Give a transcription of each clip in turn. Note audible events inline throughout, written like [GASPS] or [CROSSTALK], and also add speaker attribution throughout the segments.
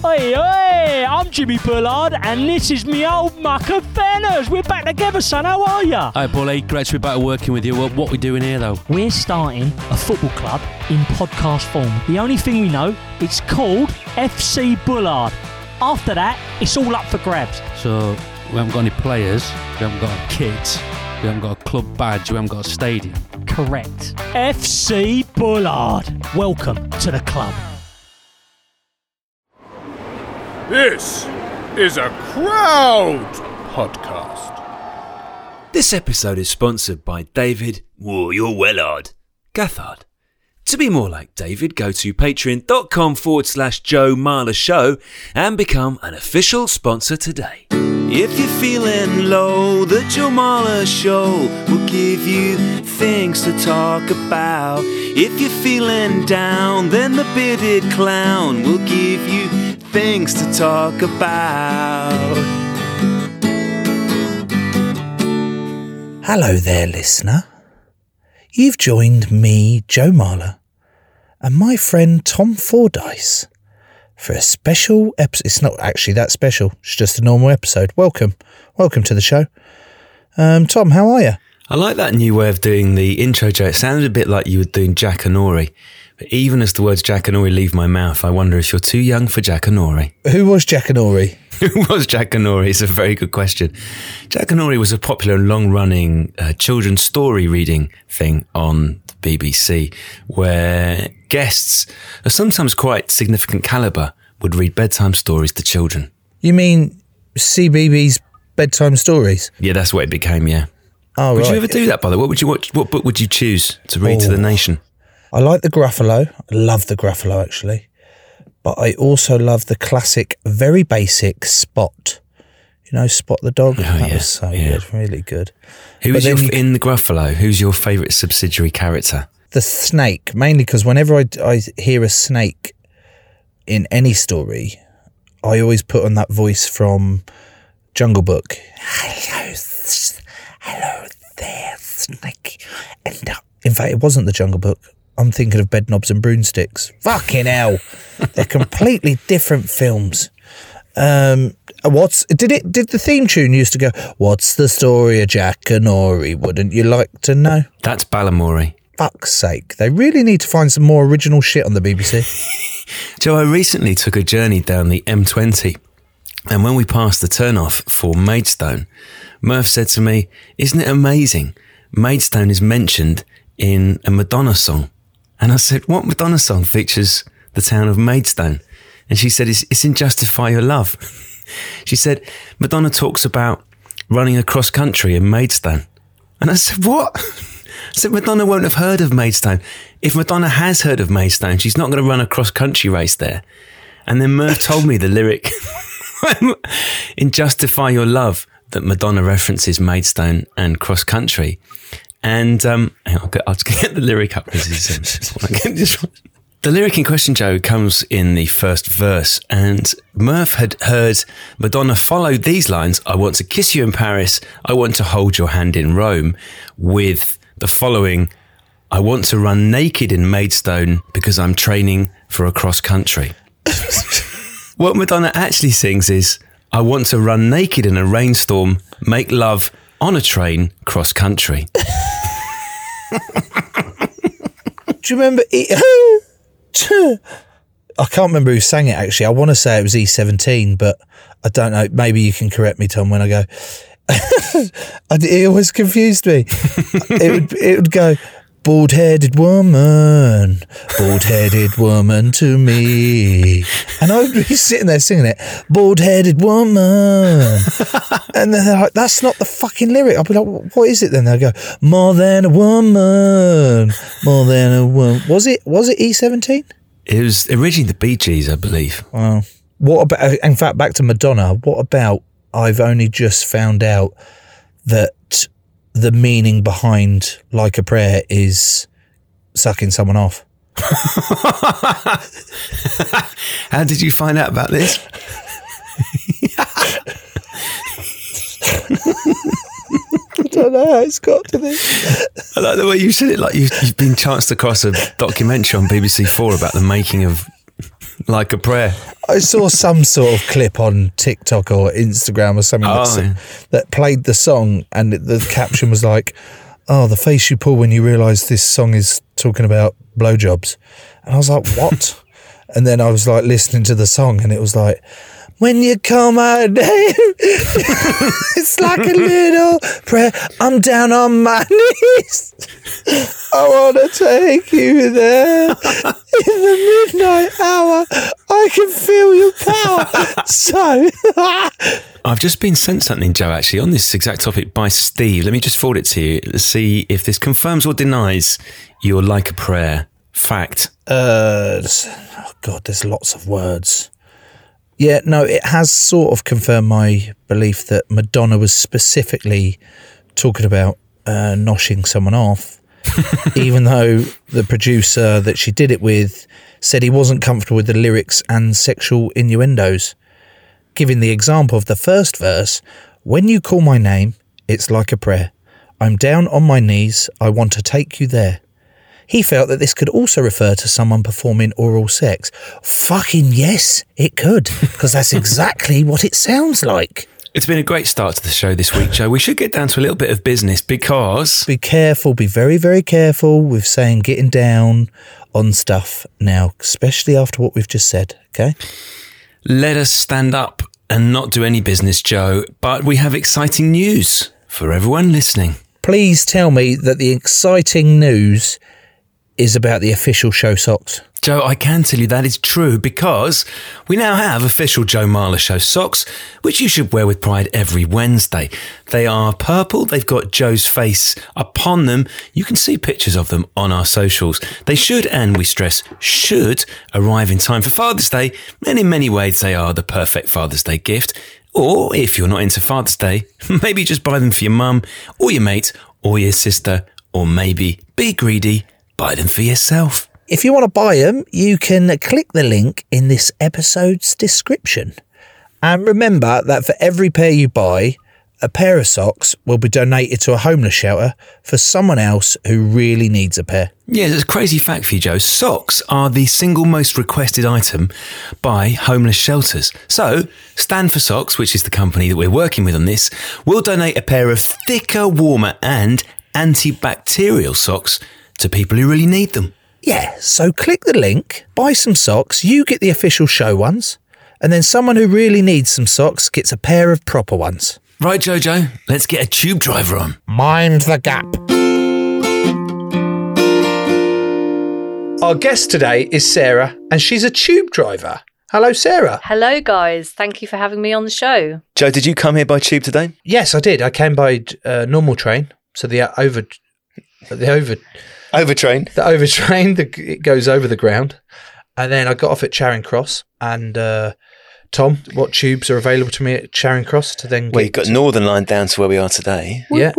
Speaker 1: Hey, hey, I'm Jimmy Bullard, and this is me old muck of Fenners. We're back together, son. How are ya?
Speaker 2: Hi, Bully. Great to be back working with you. What, what we doing here, though?
Speaker 1: We're starting a football club in podcast form. The only thing we know, it's called FC Bullard. After that, it's all up for grabs.
Speaker 2: So, we haven't got any players, we haven't got kids, we haven't got a club badge, we haven't got a stadium.
Speaker 1: Correct. FC Bullard. Welcome to the club.
Speaker 3: This is a crowd podcast.
Speaker 4: This episode is sponsored by David Whoa, you're Wellard Gathard. To be more like David, go to patreon.com forward slash Joe Marler Show and become an official sponsor today. If you're feeling low, the Joe Marler Show will give you things to talk about. If you're feeling down, then the bearded clown will give you things to talk about.
Speaker 5: Hello there, listener. You've joined me, Joe Marler, and my friend Tom Fordyce for a special episode. It's not actually that special, it's just a normal episode. Welcome. Welcome to the show. Um, Tom, how are you?
Speaker 6: I like that new way of doing the intro, Joe. It sounded a bit like you were doing Jack Anori. But even as the words Jack Anori leave my mouth, I wonder if you're too young for Jack Anori.
Speaker 5: Who was Jack and Ori?
Speaker 6: [LAUGHS] Who was Jack Anori? It's a very good question. Jack Anori was a popular and long running uh, children's story reading thing on the BBC where guests, of sometimes quite significant caliber, would read bedtime stories to children.
Speaker 5: You mean CBB's bedtime stories?
Speaker 6: Yeah, that's what it became, yeah.
Speaker 5: Oh,
Speaker 6: would
Speaker 5: right.
Speaker 6: you ever do that, by the way? What would you what, what book would you choose to read to
Speaker 5: Oh.
Speaker 6: the nation?
Speaker 5: I like the Gruffalo. I love the Gruffalo, actually. But I also love the classic, very basic Spot. You know, Spot the dog? that
Speaker 6: Oh, yeah,
Speaker 5: was so
Speaker 6: yeah.
Speaker 5: good. Really good.
Speaker 6: Who
Speaker 5: But
Speaker 6: is your,
Speaker 5: then you-
Speaker 6: in the Gruffalo? Who's your favourite subsidiary character?
Speaker 5: the snake mainly because whenever I, I hear a snake in any story i always put on that voice from jungle book hello s- hello there snake and uh, in fact it wasn't the jungle book i'm thinking of bed knobs and broomsticks fucking hell they're completely [LAUGHS] different films um what's did it did the theme tune used to go what's the story of jack and ori wouldn't you like to know
Speaker 6: That's Balamori.
Speaker 5: fuck's sake. They really need to find some more original shit on the BBC.
Speaker 6: Joe, I recently took a journey down the M20, and when we passed the turnoff for Maidstone, Murph said to me, Isn't it amazing? Maidstone is mentioned in a Madonna song. And I said, What Madonna song features the town of Maidstone? And she said, It's, it's in Justify Your Love. [LAUGHS] she said, Madonna talks about running across country in Maidstone. And I said, What? I said, Madonna won't have heard of Maidstone. If Madonna has heard of Maidstone, she's not going to run a cross country race there. And then Merv told me the lyric [LAUGHS] in Justify Your Love that Madonna references Maidstone and cross country. And um, hang on, I'll, get, I'll just get the lyric up. This is, um, [LAUGHS] it's one I can just- the lyric in question, Joe, comes in the first verse, and Murph had heard Madonna follow these lines I want to kiss you in Paris, I want to hold your hand in Rome, with the following I want to run naked in Maidstone because I'm training for a cross country. What Madonna actually sings is, I want to run naked in a rainstorm, make love on a train cross country.
Speaker 5: Do you remember? It, E, I can't remember who sang it actually. I want to say it was E17, but I don't know. Maybe you can correct me, Tom, when I go. [LAUGHS] I, it always confused me. it would it would go bald headed woman, bald headed woman to me, and I would be sitting there singing it, bald headed woman, and then they're like, that's not the fucking lyric. I'd be like, what is it then? They'll go more than a woman, more than a woman. Was it was it E seventeen?
Speaker 6: It was originally the Bee Gees, I believe.
Speaker 5: What about? In fact, back to Madonna. What about? I've only just found out that the meaning behind "Like a Prayer" is sucking someone off.
Speaker 6: How did you find out about this?
Speaker 5: [LAUGHS] I don't know how it's got to this.
Speaker 6: I like the way you said it. Like you've, you've been chanced across a documentary on BBC Four about the making of Like a Prayer.
Speaker 5: I saw some sort of clip on TikTok or Instagram or something
Speaker 6: Oh,
Speaker 5: that's,
Speaker 6: yeah.
Speaker 5: that played the song, and the caption was like, "Oh, the face you pull when you realise this song is talking about blowjobs," and I was like, "What?" and then I was like listening to the song, and it was like. When you call my name, [LAUGHS] it's like a little prayer. I'm down on my [LAUGHS] knees. I wanna take you there in the midnight hour. I can feel your power. So [LAUGHS]
Speaker 6: I've just been sent something, Joe, actually, on this exact topic by Steve. Let me just forward it to you. Let's see if this confirms or denies your Like a Prayer fact.
Speaker 5: uh, s- oh god, there's lots of words. Yeah, no, it has sort of confirmed my belief that Madonna was specifically talking about uh, noshing someone off, even though the producer that she did it with said he wasn't comfortable with the lyrics and sexual innuendos. Giving the example of the first verse, when you call my name, it's like a prayer. I'm down on my knees, I want to take you there. He felt that this could also refer to someone performing oral sex. Fucking yes, it could, because that's exactly what it sounds like.
Speaker 6: It's been a great start to the show this week, Joe. We should get down to a little bit of business because
Speaker 5: Be careful, be very, very careful with saying getting down on stuff now, especially after what we've just said, okay?
Speaker 6: let us stand up and not do any business, Joe. But we have exciting news for everyone listening.
Speaker 5: Please tell me that the exciting news is about the official show socks.
Speaker 6: Joe, I can tell you that is true because we now have official Joe Marler Show socks, which you should wear with pride every Wednesday. They are purple, they've got Joe's face upon them. You can see pictures of them on our socials. They should, and we stress should, arrive in time for Father's Day, and in many ways, they are the perfect Father's Day gift. Or if you're not into Father's Day, [LAUGHS] maybe just buy them for your mum, or your mate, or your sister, or maybe be greedy, buy them for yourself.
Speaker 5: If you want to buy them, you can click the link in this episode's description. And remember that for every pair you buy, a pair of socks will be donated to a homeless shelter for someone else who really needs a pair.
Speaker 6: Yeah, it's a crazy fact for you, Joe. Socks are the single most requested item by homeless shelters. So, Stand for Socks, which is the company that we're working with on this, will donate a pair of thicker, warmer, and antibacterial socks to people who really need them.
Speaker 5: Yeah, so click the link, buy some socks, you get the official show ones, and then someone who really needs some socks gets a pair of proper ones.
Speaker 6: Right, Jojo, let's get a tube driver on.
Speaker 5: Mind the gap. Our guest today is Sarah, and she's a tube driver. Hello, Sarah.
Speaker 7: Hello, guys. Thank you for having me on the show.
Speaker 6: Joe, did you come here by tube today?
Speaker 5: Yes, I did. I came by uh, normal train, so the uh, over, the over,
Speaker 6: Overtrain.
Speaker 5: the over train. The, it goes over the ground, and then I got off at Charing Cross. And uh, Tom, what tubes are available to me at Charing Cross to then? Get,
Speaker 6: Northern Line down to where we are today.
Speaker 5: yeah.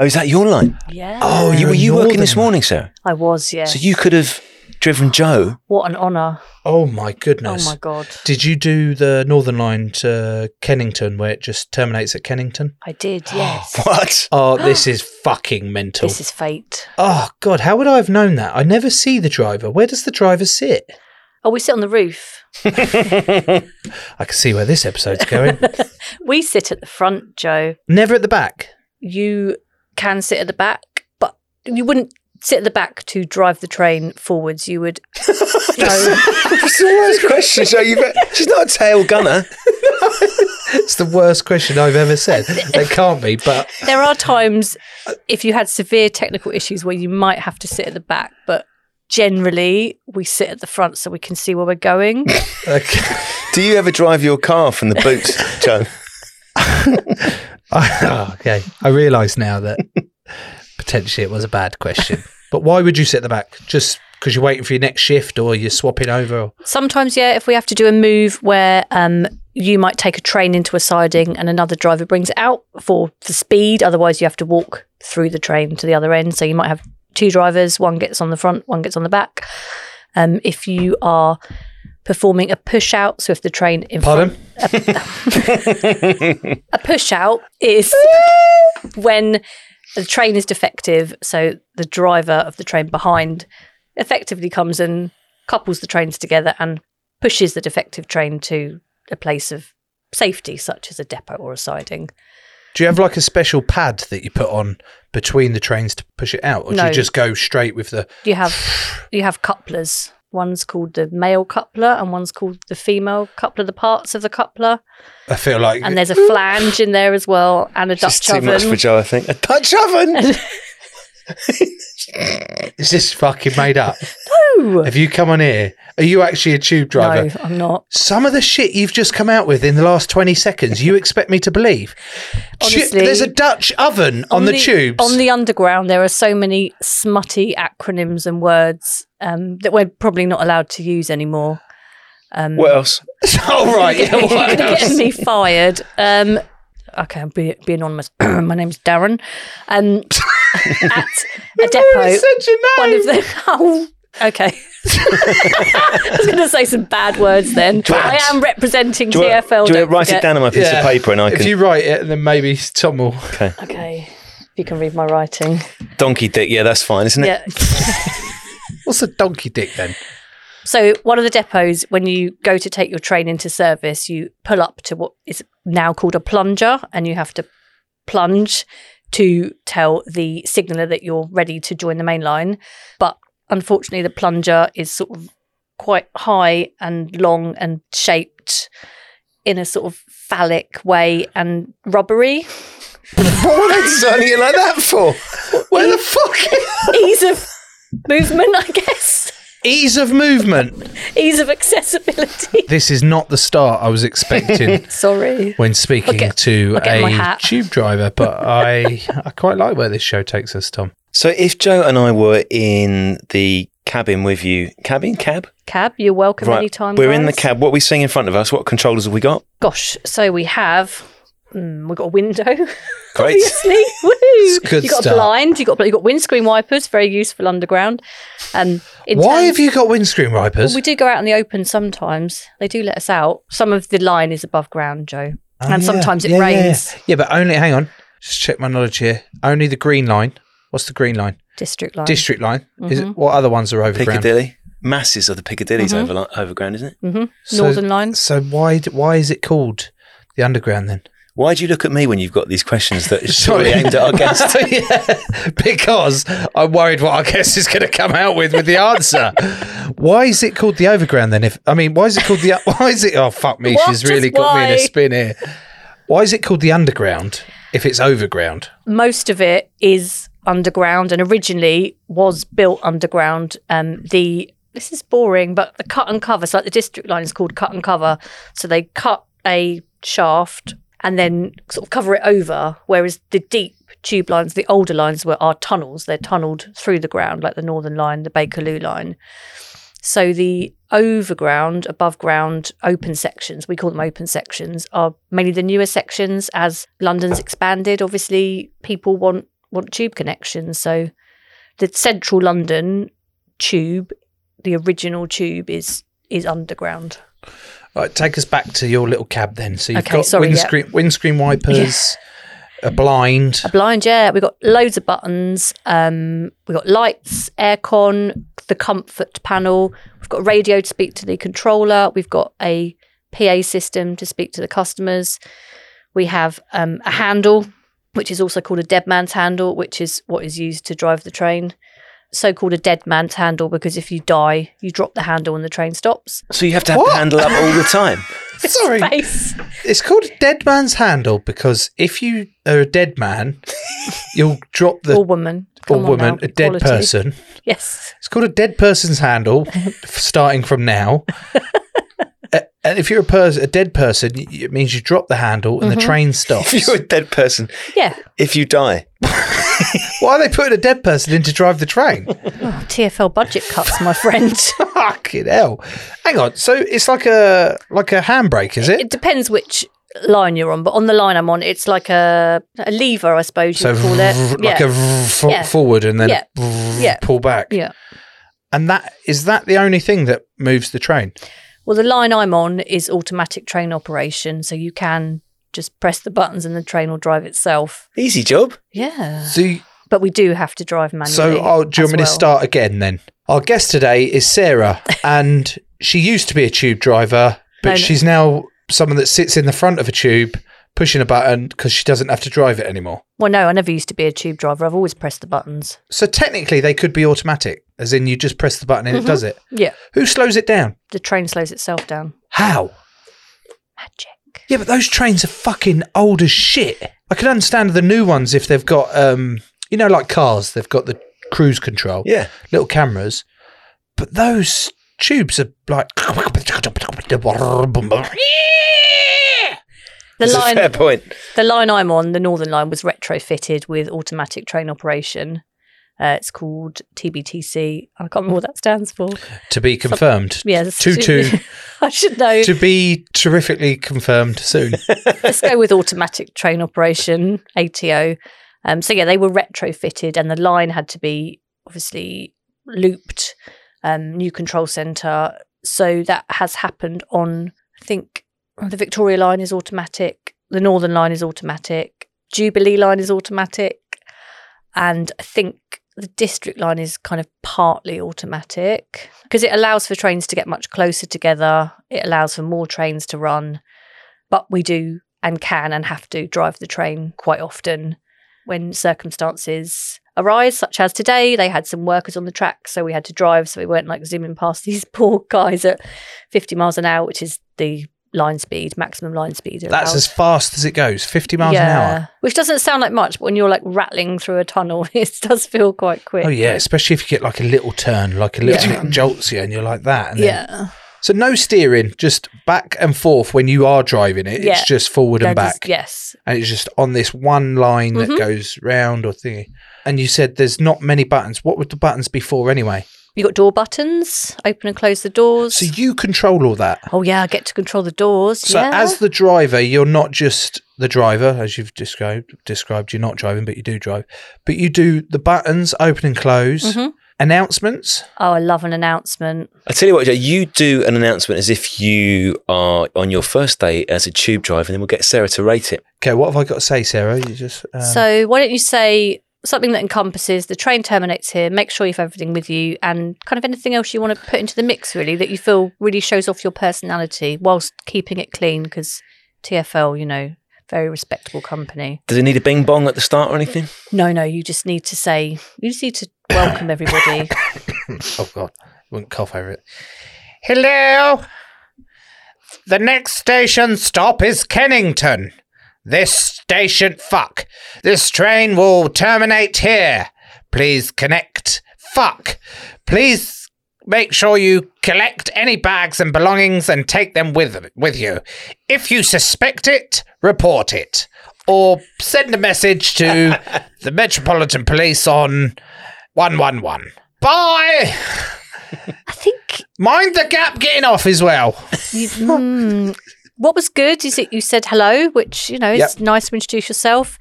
Speaker 6: Oh, is that your line?
Speaker 7: Yeah.
Speaker 5: Oh, you- were working this
Speaker 6: morning, sir?
Speaker 7: I was, yeah.
Speaker 6: you could have driven Joe
Speaker 7: what an honour.
Speaker 5: Oh my goodness.
Speaker 7: Oh, my God.
Speaker 5: Did you do the Northern Line to Kennington, where it just terminates at Kennington?
Speaker 7: I did, yes.
Speaker 6: What?
Speaker 5: Oh, [GASPS] this is fucking mental.
Speaker 7: this is fate.
Speaker 5: oh God, how would I have known that? I never see the driver. Where does the driver sit?
Speaker 7: Oh, we sit on the roof.
Speaker 5: I can see where this episode's [LAUGHS] going.
Speaker 7: We sit at the front, Joe.
Speaker 5: never at the back.
Speaker 7: You can sit at the back, but you wouldn't sit at the back to drive the train forwards, you would go.
Speaker 8: It's the worst question. So you've, she's not a tail gunner.
Speaker 5: It's the worst question I've ever said. It can't be, but
Speaker 7: there are times if you had severe technical issues where you might have to sit at the back, but generally we sit at the front so we can see where we're going.
Speaker 5: [LAUGHS] okay.
Speaker 8: Do you ever drive your car from the boot, [LAUGHS] Joe?
Speaker 5: Ah, okay. I realise now that potentially it was a bad question. But why would you sit at the back? Just because you're waiting for your next shift or you're swapping over? Or...
Speaker 7: Sometimes, yeah, if we have to do a move where um, you might take a train into a siding and another driver brings it out for, for speed, otherwise you have to walk through the train to the other end. So you might have two drivers, one gets on the front, one gets on the back. Um, if you are performing a push out, so if the train in
Speaker 5: Pardon?
Speaker 7: front, a push out
Speaker 8: [LAUGHS]
Speaker 7: is when the train is defective, so the driver of the train behind effectively comes and couples the trains together and pushes the defective train to a place of safety, such as a depot or a siding.
Speaker 5: Do you have like a special pad that you put on between the trains to push it out? Or do
Speaker 7: No.
Speaker 5: you just go straight with the.
Speaker 7: You have you have couplers. One's called the male coupler and one's called the female coupler, the parts of the coupler.
Speaker 5: I feel like.
Speaker 8: [LAUGHS]
Speaker 7: And there's a flange in there as well and a
Speaker 8: Just
Speaker 7: Dutch
Speaker 8: too much for
Speaker 7: oven.
Speaker 8: Joe, I think. A Dutch oven.
Speaker 5: Is this fucking made up?
Speaker 7: [LAUGHS] No,
Speaker 5: have you come on here? Are you actually a tube driver?
Speaker 7: no, I'm not.
Speaker 5: Some of the shit you've just come out with in the last 20 seconds, you expect me to believe. Ju-
Speaker 7: Honestly-
Speaker 5: there's a Dutch oven on, the, tubes.
Speaker 7: On the underground, there are so many smutty acronyms and words um, that we're probably not allowed to use
Speaker 8: [LAUGHS]
Speaker 7: anymore.
Speaker 8: What else?
Speaker 5: [LAUGHS] All right, yeah,
Speaker 8: Oh
Speaker 7: You're
Speaker 5: what
Speaker 7: gonna
Speaker 5: else?
Speaker 7: get me fired. Um, okay, I'll be, be anonymous. [CLEARS THROAT] My name's Darren.
Speaker 8: [LAUGHS]
Speaker 7: Um, at a depot, one of the. [LAUGHS] Oh, okay.
Speaker 8: [LAUGHS]
Speaker 7: [LAUGHS] I was going to say some bad words then. I am representing
Speaker 8: Do you want-
Speaker 7: TFL.
Speaker 8: do you want
Speaker 7: don't
Speaker 8: to write
Speaker 7: forget.
Speaker 8: it down on my piece
Speaker 5: Yeah.
Speaker 8: of paper and I
Speaker 5: If
Speaker 8: can
Speaker 5: you write it, then maybe Tom will. [LAUGHS]
Speaker 7: Okay, if you can read my writing.
Speaker 8: donkey dick? Yeah, that's fine, isn't it?
Speaker 7: [LAUGHS] Yeah.
Speaker 5: What's a donkey dick then?
Speaker 7: So one of the depots, when you go to take your train into service, you pull up to what is now called a plunger, and you have to plunge to tell the signaller that you're ready to join the main line. But unfortunately, the plunger is sort of quite high and long and shaped in a sort of phallic way and rubbery.
Speaker 8: What were they designing it like that for? Where the fuck?
Speaker 7: Ease of movement, I guess.
Speaker 5: Ease of movement.
Speaker 7: Ease of accessibility.
Speaker 5: This is not the start I was
Speaker 7: [LAUGHS]
Speaker 5: expecting
Speaker 7: Sorry.
Speaker 5: when speaking
Speaker 7: I'll get-
Speaker 5: to
Speaker 7: I'll get my
Speaker 5: a
Speaker 7: hat.
Speaker 5: tube driver, but I I quite like where this show takes us, Tom.
Speaker 8: So if Joe and I were in the cabin with you, cabin, cab,
Speaker 7: Cab, you're welcome anytime.
Speaker 8: we're in the
Speaker 7: guys.
Speaker 8: cab. What are we seeing in front of us? What controllers have we got?
Speaker 7: Gosh, so we have mm, we've got a window. [LAUGHS]
Speaker 8: Great.
Speaker 7: Obviously. [LAUGHS] Woo!
Speaker 5: a good
Speaker 7: you got
Speaker 5: start.
Speaker 7: a blind, you got you got windscreen wipers, very useful underground. Um in
Speaker 5: Why
Speaker 7: terms-
Speaker 5: have you got windscreen wipers?
Speaker 7: Well, we do go out in the open sometimes. They do let us out. Some of the line is above ground, Joe.
Speaker 5: Oh,
Speaker 7: and
Speaker 5: yeah,
Speaker 7: sometimes it
Speaker 5: yeah, yeah, yeah.
Speaker 7: rains.
Speaker 5: Yeah, but only, hang on, just check my knowledge here. Only the green line. What's the green line?
Speaker 7: District line. Mm-hmm.
Speaker 5: District line. Is it, what other ones are overground?
Speaker 8: Piccadilly. Masses of the Piccadilly's over, overground, isn't it?
Speaker 7: Mm.
Speaker 5: So-
Speaker 7: Northern line.
Speaker 5: So why d- why is it called the underground then?
Speaker 8: Why do you look at me when you've got these questions [LAUGHS] that are surely aimed at our guest?
Speaker 7: [LAUGHS]
Speaker 5: yeah, because I'm worried what our guest is going to come out with with the answer. why is it called the overground then? If I mean, why is it called the why is it? Oh fuck me,
Speaker 7: What?
Speaker 5: she's really
Speaker 7: Just
Speaker 5: got me in
Speaker 7: why?
Speaker 5: a spin here. Why is it called the underground if it's overground?
Speaker 7: most of it is underground and originally was built underground. Um, the this is boring, but the cut and cover. So like the district line is called cut and cover. So they cut a shaft and then sort of cover it over. Whereas the deep tube lines, the older lines, were are tunnels. They're tunneled through the ground, like the Northern Line, the Bakerloo Line. So the overground, above ground, open sections, we call them open sections, are mainly the newer sections as London's expanded. Obviously, people want want tube connections. So the central London tube, the original tube is is underground.
Speaker 5: All right, take us back to your little cab then. So you've
Speaker 7: Okay,
Speaker 5: got
Speaker 7: sorry, yeah.
Speaker 5: windscreen windscreen wipers, a blind.
Speaker 7: Blind, yeah. We've got loads of buttons. Um, we've got lights, aircon, the comfort panel. We've got radio to speak to the controller. We've got a PA system to speak to the customers. We have um, a handle, which is also called a dead man's handle, which is what is used to drive the train. so called a dead man's handle because if you die, you drop the handle and the train stops. [LAUGHS]
Speaker 8: So you have to have the
Speaker 5: What?
Speaker 8: handle up [LAUGHS] all the time.
Speaker 5: Sorry.
Speaker 7: Space.
Speaker 5: It's called Dead Man's Handle because if you are a dead man, [LAUGHS] you'll drop the
Speaker 7: or woman.
Speaker 5: or
Speaker 7: Come on
Speaker 5: woman,
Speaker 7: now,
Speaker 5: a dead
Speaker 7: equality.
Speaker 5: person.
Speaker 7: Yes.
Speaker 5: It's called a dead person's
Speaker 7: [LAUGHS]
Speaker 5: handle, starting from now. Uh, and if you're a person, a dead person, y- it means you drop the handle
Speaker 7: Mm-hmm.
Speaker 5: and the train stops.
Speaker 8: If you're a dead person,
Speaker 7: Yeah.
Speaker 8: if you die,
Speaker 5: Why are they putting a dead person in to drive the
Speaker 7: [LAUGHS]
Speaker 5: train?
Speaker 7: Oh, TFL budget cuts, my friend. [LAUGHS]
Speaker 5: Fucking hell! Hang on. So it's like a like a handbrake, is it?
Speaker 7: it depends which line you're on, but on the line I'm on, it's like a, a lever, I suppose
Speaker 5: so
Speaker 7: you'd call
Speaker 5: [LAUGHS]
Speaker 7: it.
Speaker 5: like
Speaker 7: yeah.
Speaker 5: a for-
Speaker 7: Yeah.
Speaker 5: forward and then
Speaker 7: Yeah.
Speaker 5: a
Speaker 7: Yeah.
Speaker 5: pull back.
Speaker 7: yeah.
Speaker 5: And that is that the only thing that moves the train?
Speaker 7: Well, the line I'm on is automatic train operation, so you can just press the buttons and the train will drive itself.
Speaker 8: easy job.
Speaker 7: Yeah.
Speaker 5: So you-
Speaker 7: But we do have to drive manually.
Speaker 5: So, oh, do you
Speaker 7: as
Speaker 5: want me to
Speaker 7: well.
Speaker 5: start again then? Our guest today is
Speaker 7: [LAUGHS]
Speaker 5: Sarah, and she used to be a tube driver, but
Speaker 7: No, no.
Speaker 5: she's now someone that sits in the front of a tube pushing a button because she doesn't have to drive it anymore.
Speaker 7: Well, no, I never used to be a tube driver. I've always pressed the buttons.
Speaker 5: So, technically, they could be automatic, as in you just press the button and it
Speaker 7: Mm-hmm.
Speaker 5: does it.
Speaker 7: Yeah.
Speaker 5: Who slows it down?
Speaker 7: The train slows itself down.
Speaker 5: How?
Speaker 7: Magic.
Speaker 5: Yeah, but those trains are fucking old as shit. I can understand the new ones if they've got, um, you know, like cars, they've got the cruise control.
Speaker 8: Yeah.
Speaker 5: little cameras, but those tubes are like.
Speaker 7: The
Speaker 8: That's a fair
Speaker 7: line,
Speaker 8: point.
Speaker 7: the line I'm on, the Northern Line, was retrofitted with automatic train operation. Uh, it's called TBTC. I can't remember what that stands for.
Speaker 5: To be confirmed.
Speaker 7: Yeah, that's-
Speaker 5: Two two.
Speaker 7: [LAUGHS] I should know.
Speaker 5: [LAUGHS] To be terrifically confirmed soon.
Speaker 7: Let's go with automatic train operation ATO. Um, so yeah, they were retrofitted, and the line had to be obviously looped. Um, new control center. So that has happened on. I think oh, the Victoria line is automatic. The Northern line is automatic. Jubilee line is automatic, and I think the District line is kind of partly automatic because it allows for trains to get much closer together. It allows for more trains to run but we do and can and have to drive the train quite often when circumstances arise, such as today. They had some workers on the track, so we had to drive, so we weren't like zooming past [LAUGHS] these poor guys at 50 miles an hour, which is the line speed, maximum line speed. allowed.
Speaker 5: That's as fast as it goes, 50 miles an hour.
Speaker 7: Which doesn't sound like much, but when you're like rattling through a tunnel, [LAUGHS] it does feel quite quick.
Speaker 5: Oh, yeah, especially if you get like a little turn, like a little jolts you, and you're like that. And then-
Speaker 7: Yeah.
Speaker 5: so, no steering, just back and forth when you are driving it.
Speaker 7: Yeah.
Speaker 5: It's just forward and
Speaker 7: That
Speaker 5: back.
Speaker 7: is- yes. Mm-hmm.
Speaker 5: and it's just on this one line that goes round or thingy. And you said there's not many buttons. What would the buttons be for anyway?
Speaker 7: You got door buttons, open and close the doors.
Speaker 5: So you control all that.
Speaker 7: oh yeah, I get to control the doors.
Speaker 5: So
Speaker 7: yeah.
Speaker 5: as the driver, you're not just the driver, as you've described. Described, you're not driving, but you do drive. But you do the buttons, open and close,
Speaker 7: Mm-hmm.
Speaker 5: announcements.
Speaker 7: oh, I love an announcement.
Speaker 8: I tell you what, Joe, you do an announcement as if you are on your first day as a tube driver, and then we'll get Sarah to rate it.
Speaker 5: Okay, what have I got to say, Sarah? You just um,
Speaker 7: So why don't you say something that encompasses the train terminates here, make sure you have everything with you, and kind of anything else you want to put into the mix, really, that you feel really shows off your personality whilst keeping it clean, because TFL, you know, very respectable company.
Speaker 8: Does it need a bing bong at the start or anything?
Speaker 7: No, no, you just need to say, you just need to welcome everybody.
Speaker 5: Oh God, I wouldn't cough over it. Hello. The next station stop is Kennington. This station, fuck. This train will terminate here. Please connect. Fuck. Please make sure you collect any bags and belongings and take them with with you. If you suspect it, report it or send a message to the Metropolitan Police on 111. Bye.
Speaker 7: [LAUGHS] I think
Speaker 5: Mind the gap getting off as well.
Speaker 7: you, mm, what was good is that you said hello, which you know is
Speaker 5: Yep.
Speaker 7: nice to introduce yourself.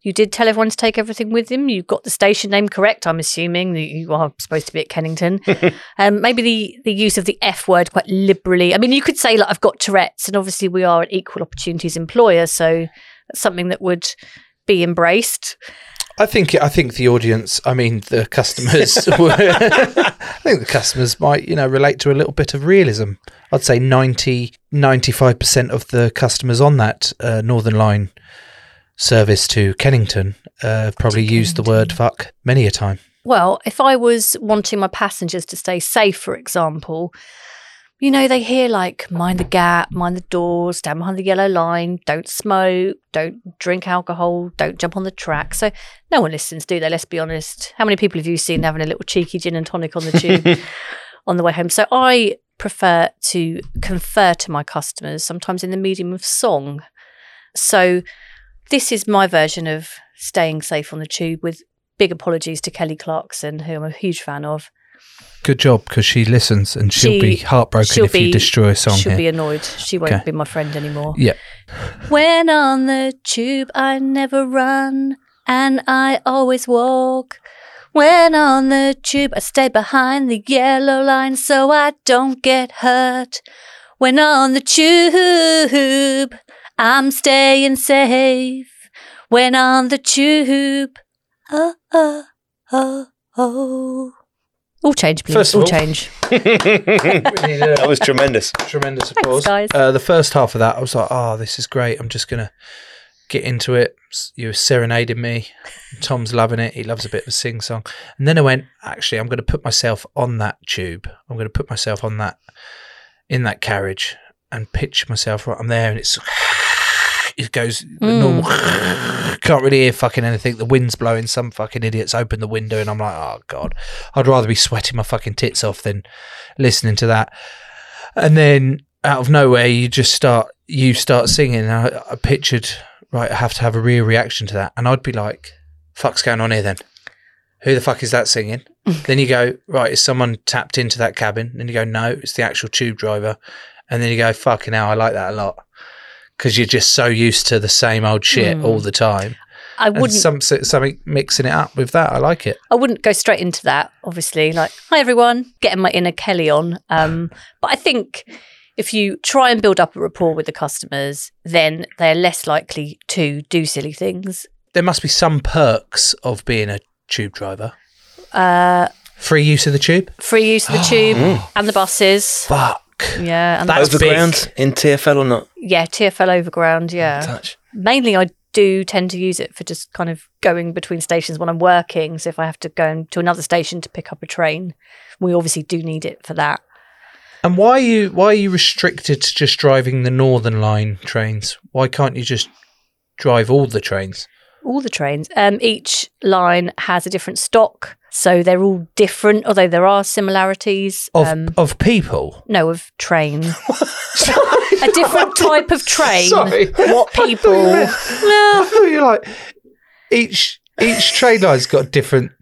Speaker 7: You did tell everyone to take everything with them. You got the station name correct. I'm assuming that you are supposed to be at [LAUGHS] Kennington. um, maybe the the use of the F word quite liberally. I mean, you could say like I've got Tourette's, and obviously we are an equal opportunities employer, so that's something that would be embraced.
Speaker 5: I think I think the audience, I mean the customers, [LAUGHS] were- I think the customers might you know relate to a little bit of realism. I'd say 90, 95 percent of the customers on that uh, Northern Line service to Kennington uh, probably used the word fuck many a time.
Speaker 7: Well, if I was wanting my passengers to stay safe, for example, you know, they hear like, mind the gap, mind the doors, stand behind the yellow line, don't smoke, don't drink alcohol, don't jump on the track. So no one listens, do they? Let's be honest. How many people have you seen having a little cheeky gin and tonic on the tube on the way home? So I prefer to confer to my customers, sometimes in the medium of song. So this is my version of staying safe on the tube with big apologies to Kelly Clarkson, who I'm a huge fan of.
Speaker 5: Good job, because she listens and she'll
Speaker 7: She-
Speaker 5: be heartbroken
Speaker 7: she'll
Speaker 5: if you
Speaker 7: be-
Speaker 5: destroy a song
Speaker 7: She'll
Speaker 5: here.
Speaker 7: be annoyed. She won't
Speaker 5: Okay.
Speaker 7: be my friend anymore.
Speaker 5: yeah.
Speaker 7: When on the tube, I never run and I always walk. When on the tube, I stay behind the yellow line so I don't get hurt. When on the tube, I'm staying safe. When on the tube, oh, oh, oh, oh. All change, please.
Speaker 5: First of
Speaker 7: all,
Speaker 5: all-
Speaker 7: change.
Speaker 8: that was tremendous.
Speaker 5: Tremendous applause.
Speaker 7: guys.
Speaker 5: Uh, the first half of that, I was like, oh, this is great. I'm just going to get into it. S- You were serenading me. Tom's loving it. He loves a bit of a sing song. And then I went, actually, I'm going to put myself on that tube. I'm going to put myself on that, in that carriage and picture myself right. I'm there and it's, [SIGHS] it goes the normal. [SIGHS] Can't really hear fucking anything. The wind's blowing. Some fucking idiots open the window and I'm like, oh, God. I'd rather be sweating my fucking tits off than listening to that and then out of nowhere you just start you start singing and I, I pictured right i have to have a real reaction to that and i'd be like fuck's going on here then who the fuck is that
Speaker 7: [LAUGHS]
Speaker 5: singing then you go right is someone tapped into that cabin then you go no it's the actual tube driver and then you go fucking hell i like that a lot because you're just so used to the same old shit all the time
Speaker 7: I
Speaker 5: and
Speaker 7: Hmm. wouldn't.
Speaker 5: some, something mixing it up with that i like it
Speaker 7: I wouldn't go straight into that, obviously. Like, hi everyone, getting my inner Kelly on. Um, but I think if you try and build up a rapport with the customers, then they're less likely to do silly things.
Speaker 5: there must be some perks of being a tube driver
Speaker 7: Uh,
Speaker 5: free use of the tube
Speaker 7: free use of the tube and the buses.
Speaker 5: fuck
Speaker 7: Yeah, and
Speaker 5: That's
Speaker 8: [LAUGHS] Overground in TFL or not?
Speaker 7: yeah, TFL overground. Yeah,
Speaker 8: Touch.
Speaker 7: mainly I do tend to use it for just kind of going between stations when I'm working. So if I have to go and- to another station to pick up a train, we obviously do need it for that.
Speaker 5: And why are you why are you restricted to just driving the Northern Line trains? Why can't you just drive all the trains?
Speaker 7: all the trains. Um, each line has a different stock, so they're all different. Although there are similarities.
Speaker 5: Of
Speaker 7: um,
Speaker 5: of people.
Speaker 7: no, of
Speaker 5: [LAUGHS]
Speaker 7: train, a different type of train.
Speaker 5: Sorry. [LAUGHS]
Speaker 7: What people?
Speaker 5: I thought you were like each each train line's got different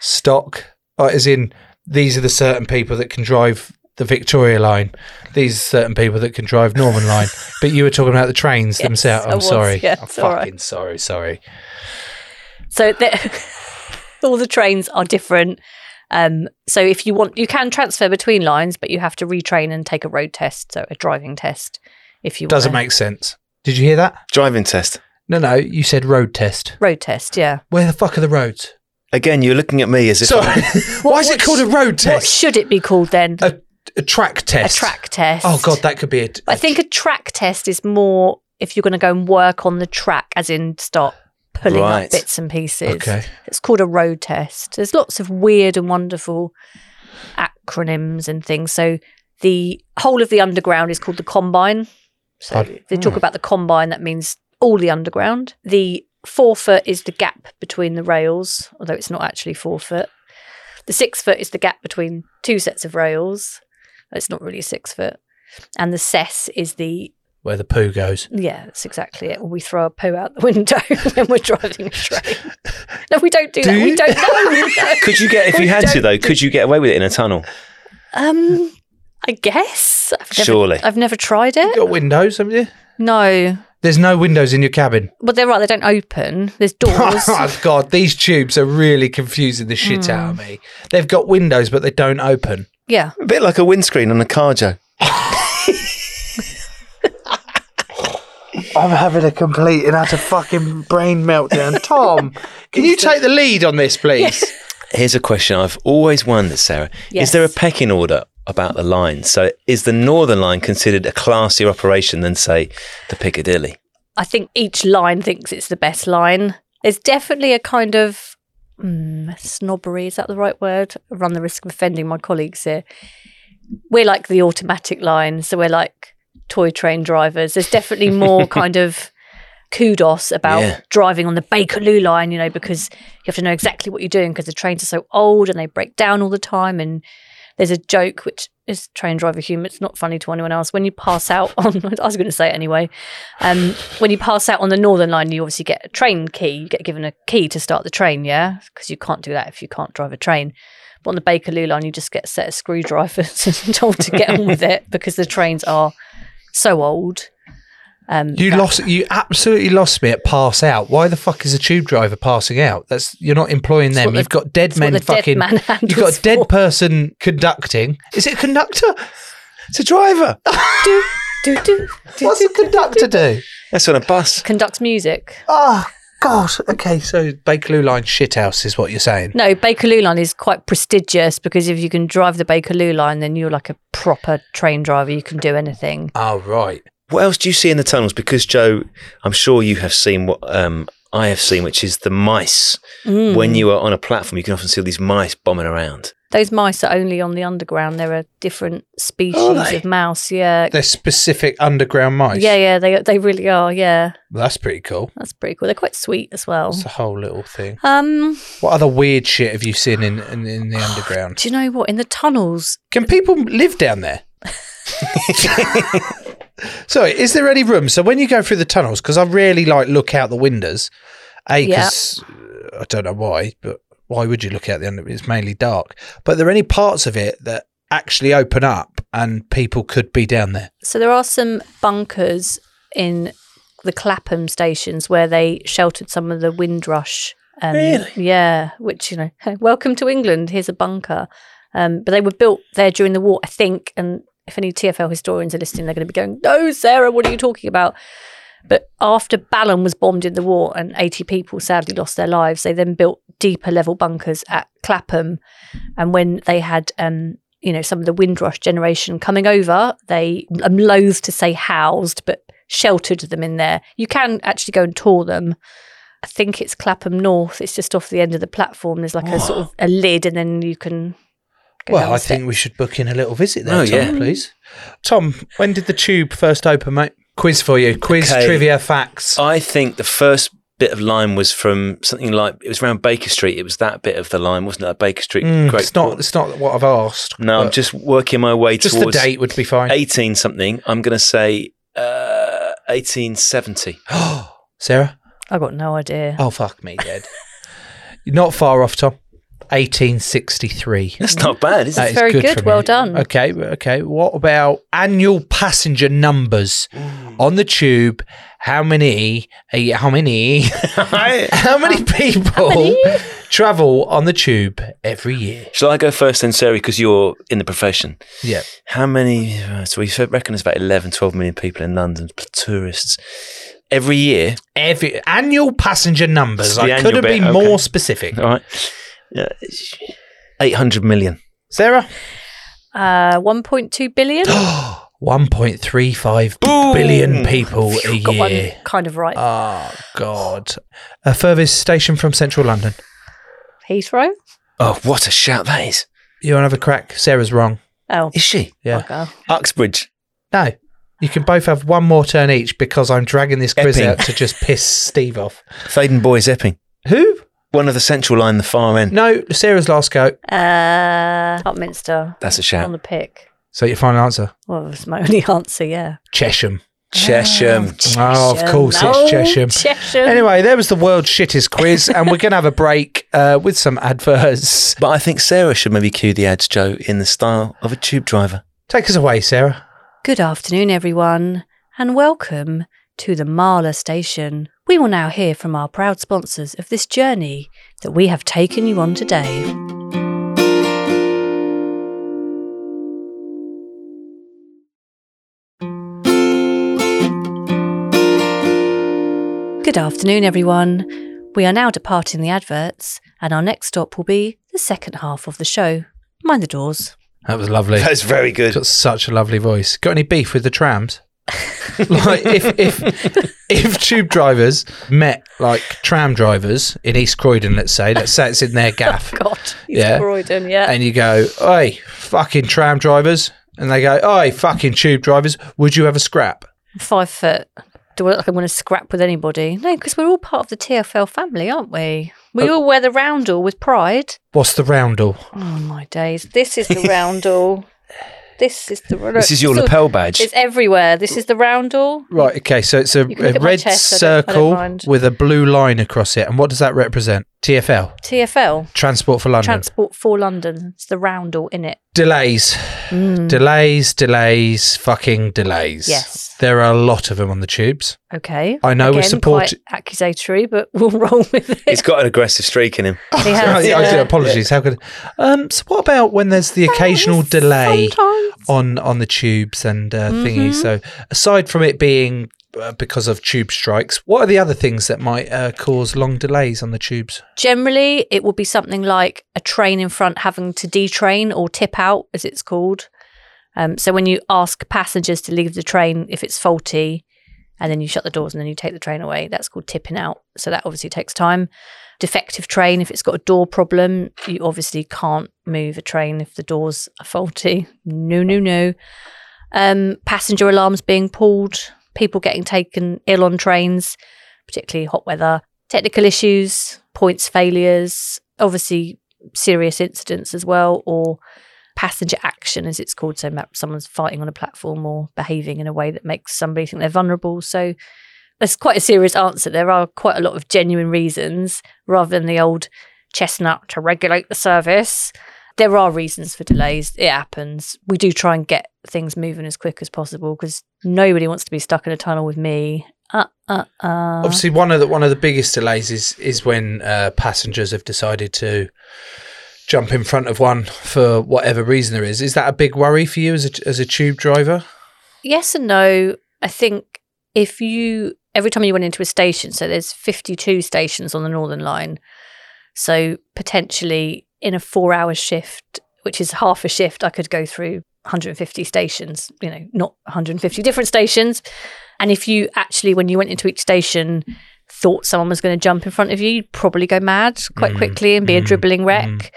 Speaker 5: stock. Like, as in these are the certain people that can drive the Victoria line. These are certain people that can drive Norman line. But you were talking about the trains themselves.
Speaker 7: I
Speaker 5: I'm
Speaker 7: was,
Speaker 5: sorry.
Speaker 7: yeah,
Speaker 5: I'm
Speaker 7: it's all right.
Speaker 5: fucking sorry, sorry.
Speaker 7: So the- [LAUGHS] all the trains are different. Um, so if you want, you can transfer between lines, but you have to retrain and take a road test, so a driving test. If you
Speaker 5: Doesn't
Speaker 7: wanna-
Speaker 5: make sense. Did you hear that?
Speaker 8: Driving test.
Speaker 5: No, no, you said road test.
Speaker 7: road test, yeah.
Speaker 5: Where the fuck are the roads?
Speaker 8: Again, you're looking at me as if
Speaker 5: Sorry.
Speaker 8: I'm-
Speaker 5: [LAUGHS] Why is it called a road
Speaker 7: What
Speaker 5: test?
Speaker 7: should it be called then?
Speaker 5: A, a track
Speaker 7: a
Speaker 5: test.
Speaker 7: track test.
Speaker 5: Oh god, that could be a.
Speaker 7: I think a track test is more if you're going to go and work on the track, as in start pulling
Speaker 8: Right.
Speaker 7: up bits and pieces.
Speaker 5: Okay.
Speaker 7: It's called a road test. There's lots of weird and wonderful acronyms and things. So the whole of the underground is called the combine. So
Speaker 5: Pardon?
Speaker 7: if they talk about the combine, that means all the underground. The four foot is the gap between the rails, although it's not actually four foot. The six foot is the gap between two sets of rails. It's not really six foot. And the cess is the
Speaker 5: where the poo goes.
Speaker 7: yeah, that's exactly it. When we throw a poo out the [LAUGHS] window when we're driving a train. No, we don't do,
Speaker 5: Do
Speaker 7: that.
Speaker 5: you?
Speaker 7: We
Speaker 5: [LAUGHS]
Speaker 7: don't know. No.
Speaker 8: Could you get, if
Speaker 7: We
Speaker 8: you had to
Speaker 7: don't
Speaker 8: though,
Speaker 7: do-
Speaker 8: could you get away with it in a tunnel?
Speaker 7: Um, I guess. I've never,
Speaker 8: Surely.
Speaker 7: I've never tried
Speaker 5: You
Speaker 7: it.
Speaker 5: got windows, haven't you?
Speaker 7: No.
Speaker 5: There's no windows in your cabin.
Speaker 7: But they're right. They don't open.
Speaker 5: [LAUGHS]
Speaker 7: There's doors.
Speaker 5: Oh god, these tubes are really confusing the shit out of me. They've got windows, but they don't open.
Speaker 7: yeah.
Speaker 8: A bit like a windscreen on a car, Joe.
Speaker 5: I'm having a complete and utter fucking brain meltdown. Tom, [LAUGHS] can you take the lead on this, please?
Speaker 8: Here's a question I've always wondered, Sarah.
Speaker 7: Yes.
Speaker 8: Is there a pecking order about the lines? So is the Northern Line considered a classier operation than, say, the Piccadilly?
Speaker 7: I think each line thinks it's the best line. There's definitely a kind of mm, snobbery is that the right word? I run the risk of offending my colleagues here. We're like the automatic line, so we're like toy train drivers. There's definitely more kind of kudos about
Speaker 8: Yeah.
Speaker 7: driving on the Bakerloo line, you know, because you have to know exactly what you're doing because the trains are so old and they break down all the time. And there's a joke which is train driver humor. It's not funny to anyone else. When you pass out [LAUGHS] on, I was going to say it anyway, um, when you pass out on the Northern Line, you obviously get a train key. You get given a key to start the train, yeah, because you can't do that if you can't drive a train. But on the Bakerloo line, you just get a set of screwdrivers [LAUGHS] and told to get on with it because the trains are so old. Um,
Speaker 5: You
Speaker 7: that-
Speaker 5: lost. You absolutely lost me at pass out. Why the fuck is a tube driver passing out? That's you're not employing them.
Speaker 7: what
Speaker 5: You've
Speaker 7: the-
Speaker 5: got dead
Speaker 7: that's what
Speaker 5: men
Speaker 7: the dead
Speaker 5: fucking. [LAUGHS]
Speaker 7: man
Speaker 5: you've got
Speaker 7: handle's
Speaker 5: a dead
Speaker 7: for.
Speaker 5: person conducting. Is it a conductor? It's a driver.
Speaker 7: do, do, do, do,
Speaker 5: What's a conductor do?
Speaker 8: That's on a bus.
Speaker 7: Conducts music.
Speaker 5: [LAUGHS] Oh God. Okay, so Bakerloo Line shithouse is what you're saying.
Speaker 7: No, Bakerloo line is quite prestigious because if you can drive the Bakerloo line, then you're like a proper train driver. You can do anything.
Speaker 5: Oh right.
Speaker 8: What else do you see in the tunnels? Because Joe, I'm sure you have seen what um, I have seen, which is the mice. When you are on a platform, you can often see all these mice bombing around.
Speaker 7: Those mice are only on the underground. There are different species
Speaker 8: they?
Speaker 7: of mouse. Yeah.
Speaker 5: They're specific underground mice.
Speaker 7: Yeah, yeah, they they really are. Yeah,
Speaker 5: Well, that's pretty cool.
Speaker 7: that's pretty cool. They're quite sweet as well.
Speaker 5: It's a whole little thing.
Speaker 7: Um,
Speaker 5: What other weird shit have you seen in in, in the underground?
Speaker 7: do you know what? In the tunnels,
Speaker 5: Can people live down
Speaker 7: [LAUGHS]
Speaker 5: there? Sorry, is there any room? So when you go through the tunnels, because I really like look out the windows. A,
Speaker 7: Yeah.
Speaker 5: because I don't know why, but why would you look out the window? It's mainly dark. But are there any parts of it that actually open up and people could be down there?
Speaker 7: so there are some bunkers in the Clapham stations where they sheltered some of the Windrush. Um, really? Yeah, which you know, [LAUGHS] welcome to England. Here's a bunker. Um, but they were built there during the war, I think. And if any TFL historians are listening, they're going to be going, "No, Sarah, what are you talking about?" But after Ballon was bombed in the war and 80 people sadly lost their lives, they then built deeper level bunkers at Clapham. And when they had, um, you know, some of the Windrush generation coming over, they, I'm loath to say housed, but sheltered them in there. You can actually go and tour them. I think it's Clapham North. It's just off the end of the platform. There's like a sort of a lid, and then you can. Go
Speaker 5: Well,
Speaker 7: down
Speaker 5: I
Speaker 7: the step-
Speaker 5: think we should book in a little visit there,
Speaker 8: Oh,
Speaker 5: Tom,
Speaker 8: yeah.
Speaker 5: please. Tom, when did the tube first open, mate? Quiz for you. Quiz,
Speaker 8: Okay. Oh,
Speaker 5: trivia, facts.
Speaker 8: I think the first bit of line was from something like it was around Baker Street. It was that bit of the line, wasn't it? That Baker Street.
Speaker 5: Mm,
Speaker 8: Great
Speaker 5: it's not.
Speaker 8: Port-
Speaker 5: It's not what I've asked.
Speaker 8: No, I'm
Speaker 5: but
Speaker 8: just working my way
Speaker 5: just the
Speaker 8: towards
Speaker 5: date would be fine.
Speaker 8: 18 something. I'm going to say uh, 1870.
Speaker 5: Sarah.
Speaker 7: I got no idea.
Speaker 5: Oh fuck me, dead. You're not far off, Tom. 1863.
Speaker 8: That's not bad, is
Speaker 7: That's
Speaker 8: it?
Speaker 5: That is
Speaker 7: very good,
Speaker 5: for me.
Speaker 7: well done.
Speaker 5: Okay, okay. What about annual passenger numbers on the tube? How many? eh, How many? [LAUGHS] how many people travel on the tube every year?
Speaker 8: Shall I go first then, Sarah, because you're in the profession?
Speaker 5: Yeah.
Speaker 8: How many? uh, So we reckon there's about 11, 12 million people in London, p- tourists. Every year,
Speaker 5: Every annual passenger numbers.
Speaker 8: The
Speaker 5: I
Speaker 8: annual
Speaker 5: could have
Speaker 8: bit,
Speaker 5: been
Speaker 8: okay.
Speaker 5: more specific.
Speaker 8: all right? Yeah, 800 million.
Speaker 5: Sarah.
Speaker 7: Uh,
Speaker 5: [GASPS]
Speaker 7: 1.2 billion.
Speaker 5: 1.35 billion people a
Speaker 7: got one
Speaker 5: year.
Speaker 7: kind of right.
Speaker 5: Oh, God. A furthest station from central London.
Speaker 7: Heathrow.
Speaker 8: Oh, what a shout that is.
Speaker 5: You want to have a crack? Sarah's wrong.
Speaker 7: Oh,
Speaker 8: Is she?
Speaker 5: Yeah.
Speaker 7: bugger.
Speaker 8: Uxbridge.
Speaker 5: No. You can both have one more turn each because I'm dragging this quiz
Speaker 8: Epping.
Speaker 5: out to just piss [LAUGHS] Steve off.
Speaker 8: Faden Boys Epping.
Speaker 5: Who?
Speaker 8: One of the central line, the far end.
Speaker 5: No, Sarah's last go.
Speaker 7: Uh, Upminster
Speaker 8: That's a
Speaker 7: on
Speaker 8: shout.
Speaker 7: the pick.
Speaker 5: So your final answer?
Speaker 7: Well, that's my [LAUGHS] only answer. Yeah.
Speaker 5: Chesham.
Speaker 8: Chesham.
Speaker 5: Oh, of course
Speaker 7: Oh,
Speaker 5: it's Chesham.
Speaker 7: Chesham.
Speaker 5: Anyway, there was the world's shittest quiz, and we're going to have a break uh, with some adverts.
Speaker 8: But I think Sarah should maybe cue the ads, Joe, in the style of a tube driver.
Speaker 5: Take us away, Sarah.
Speaker 7: Good afternoon, everyone, and welcome to the Marla Station. We will now hear from our proud sponsors of this journey that we have taken you on today. Good afternoon, everyone. We are now departing the adverts, and our next stop will be the second half of the show. Mind the doors.
Speaker 5: That was lovely.
Speaker 8: [LAUGHS] That's very good.
Speaker 7: [LAUGHS]
Speaker 5: Got such a lovely voice. Got any beef with the trams? like if if if tube drivers met like tram drivers in East Croydon, let's say, let's say it's in
Speaker 7: [LAUGHS]
Speaker 5: their gaff.
Speaker 7: God, he's
Speaker 5: Yeah.
Speaker 7: Croydon, yeah.
Speaker 5: and you go, "Oi, fucking tram drivers," and they go, "Oi, fucking tube drivers, would you have a scrap?"
Speaker 7: Five foot. Do I look like I'm going to scrap with anybody? No, because we're all part of the TFL family, aren't we? We all wear the roundel with pride.
Speaker 5: What's the roundel?
Speaker 7: Oh my days! This is the roundel. This is the.
Speaker 8: This is your
Speaker 7: it's all-
Speaker 8: lapel badge.
Speaker 7: It's everywhere. This is the roundel.
Speaker 5: Right. Okay. So it's a,
Speaker 7: You can
Speaker 5: a
Speaker 7: look at my
Speaker 5: red
Speaker 7: chest, I don't- I don't
Speaker 5: circle
Speaker 7: mind.
Speaker 5: with a blue line across it, and what does that represent? TFL,
Speaker 7: TFL.
Speaker 5: Transport for London.
Speaker 7: Transport for London. It's the roundel in it.
Speaker 5: delays, delays, delays, fucking delays.
Speaker 7: Yes.
Speaker 5: There are a lot of them on the tubes.
Speaker 7: Okay.
Speaker 5: I know we're
Speaker 7: Again,
Speaker 5: support-
Speaker 7: quite accusatory, but [LAUGHS] we'll roll with it.
Speaker 8: He's got an aggressive streak in him.
Speaker 5: I, [LAUGHS]
Speaker 7: He has,
Speaker 5: Oh, I do.
Speaker 7: yeah.
Speaker 5: Apologies. How could? Um. So what about when there's the occasional delay on on the tubes and uh, thingy? So aside from it being uh, because of tube strikes, what are the other things that might uh, cause long delays on the tubes?
Speaker 7: Generally, it will be something like a train in front having to detrain or tip out, as it's called. Um, so when you ask passengers to leave the train if it's faulty, and then you shut the doors and then you take the train away, that's called tipping out. So that obviously takes time. Defective train, if it's got a door problem, you obviously can't move a train if the doors are faulty. No, no, no. Um, passenger alarms being pulled, people getting taken ill on trains, particularly hot weather, technical issues, points failures, obviously serious incidents as well, or passenger action, as it's called. So ma- someone's fighting on a platform or behaving in a way that makes somebody think they're vulnerable. So that's quite a serious answer. There are quite a lot of genuine reasons rather than the old chestnut to regulate the service. There are reasons for delays. It happens. We do try and get things moving as quick as possible because nobody wants to be stuck in a tunnel with me. Uh, uh, uh.
Speaker 5: Obviously, one of the one of the biggest delays is is when uh, passengers have decided to jump in front of one for whatever reason there is. Is that a big worry for you as a, as a tube driver?
Speaker 7: Yes and no. I think if you every time you went into a station, so there's 52 stations on the Northern Line. So potentially in a 4-hour shift, which is half a shift, I could go through 150 stations, you know, not 150 different stations. And if you actually when you went into each station thought someone was going to jump in front of you, you'd probably go mad quite quickly and be a dribbling wreck.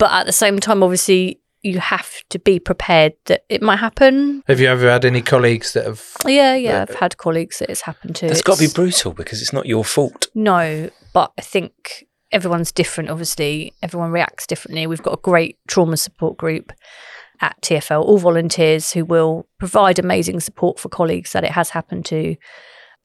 Speaker 7: But at the same time obviously you have to be prepared that it might happen
Speaker 5: Have you ever had any colleagues that have?
Speaker 7: yeah, yeah. I've had colleagues that it's happened to.
Speaker 8: It's got to be
Speaker 7: It's-
Speaker 8: brutal because it's not your fault.
Speaker 7: no, but I think everyone's different. Obviously, everyone reacts differently. We've got a great trauma support group at TFL, all volunteers who will provide amazing support for colleagues that it has happened to,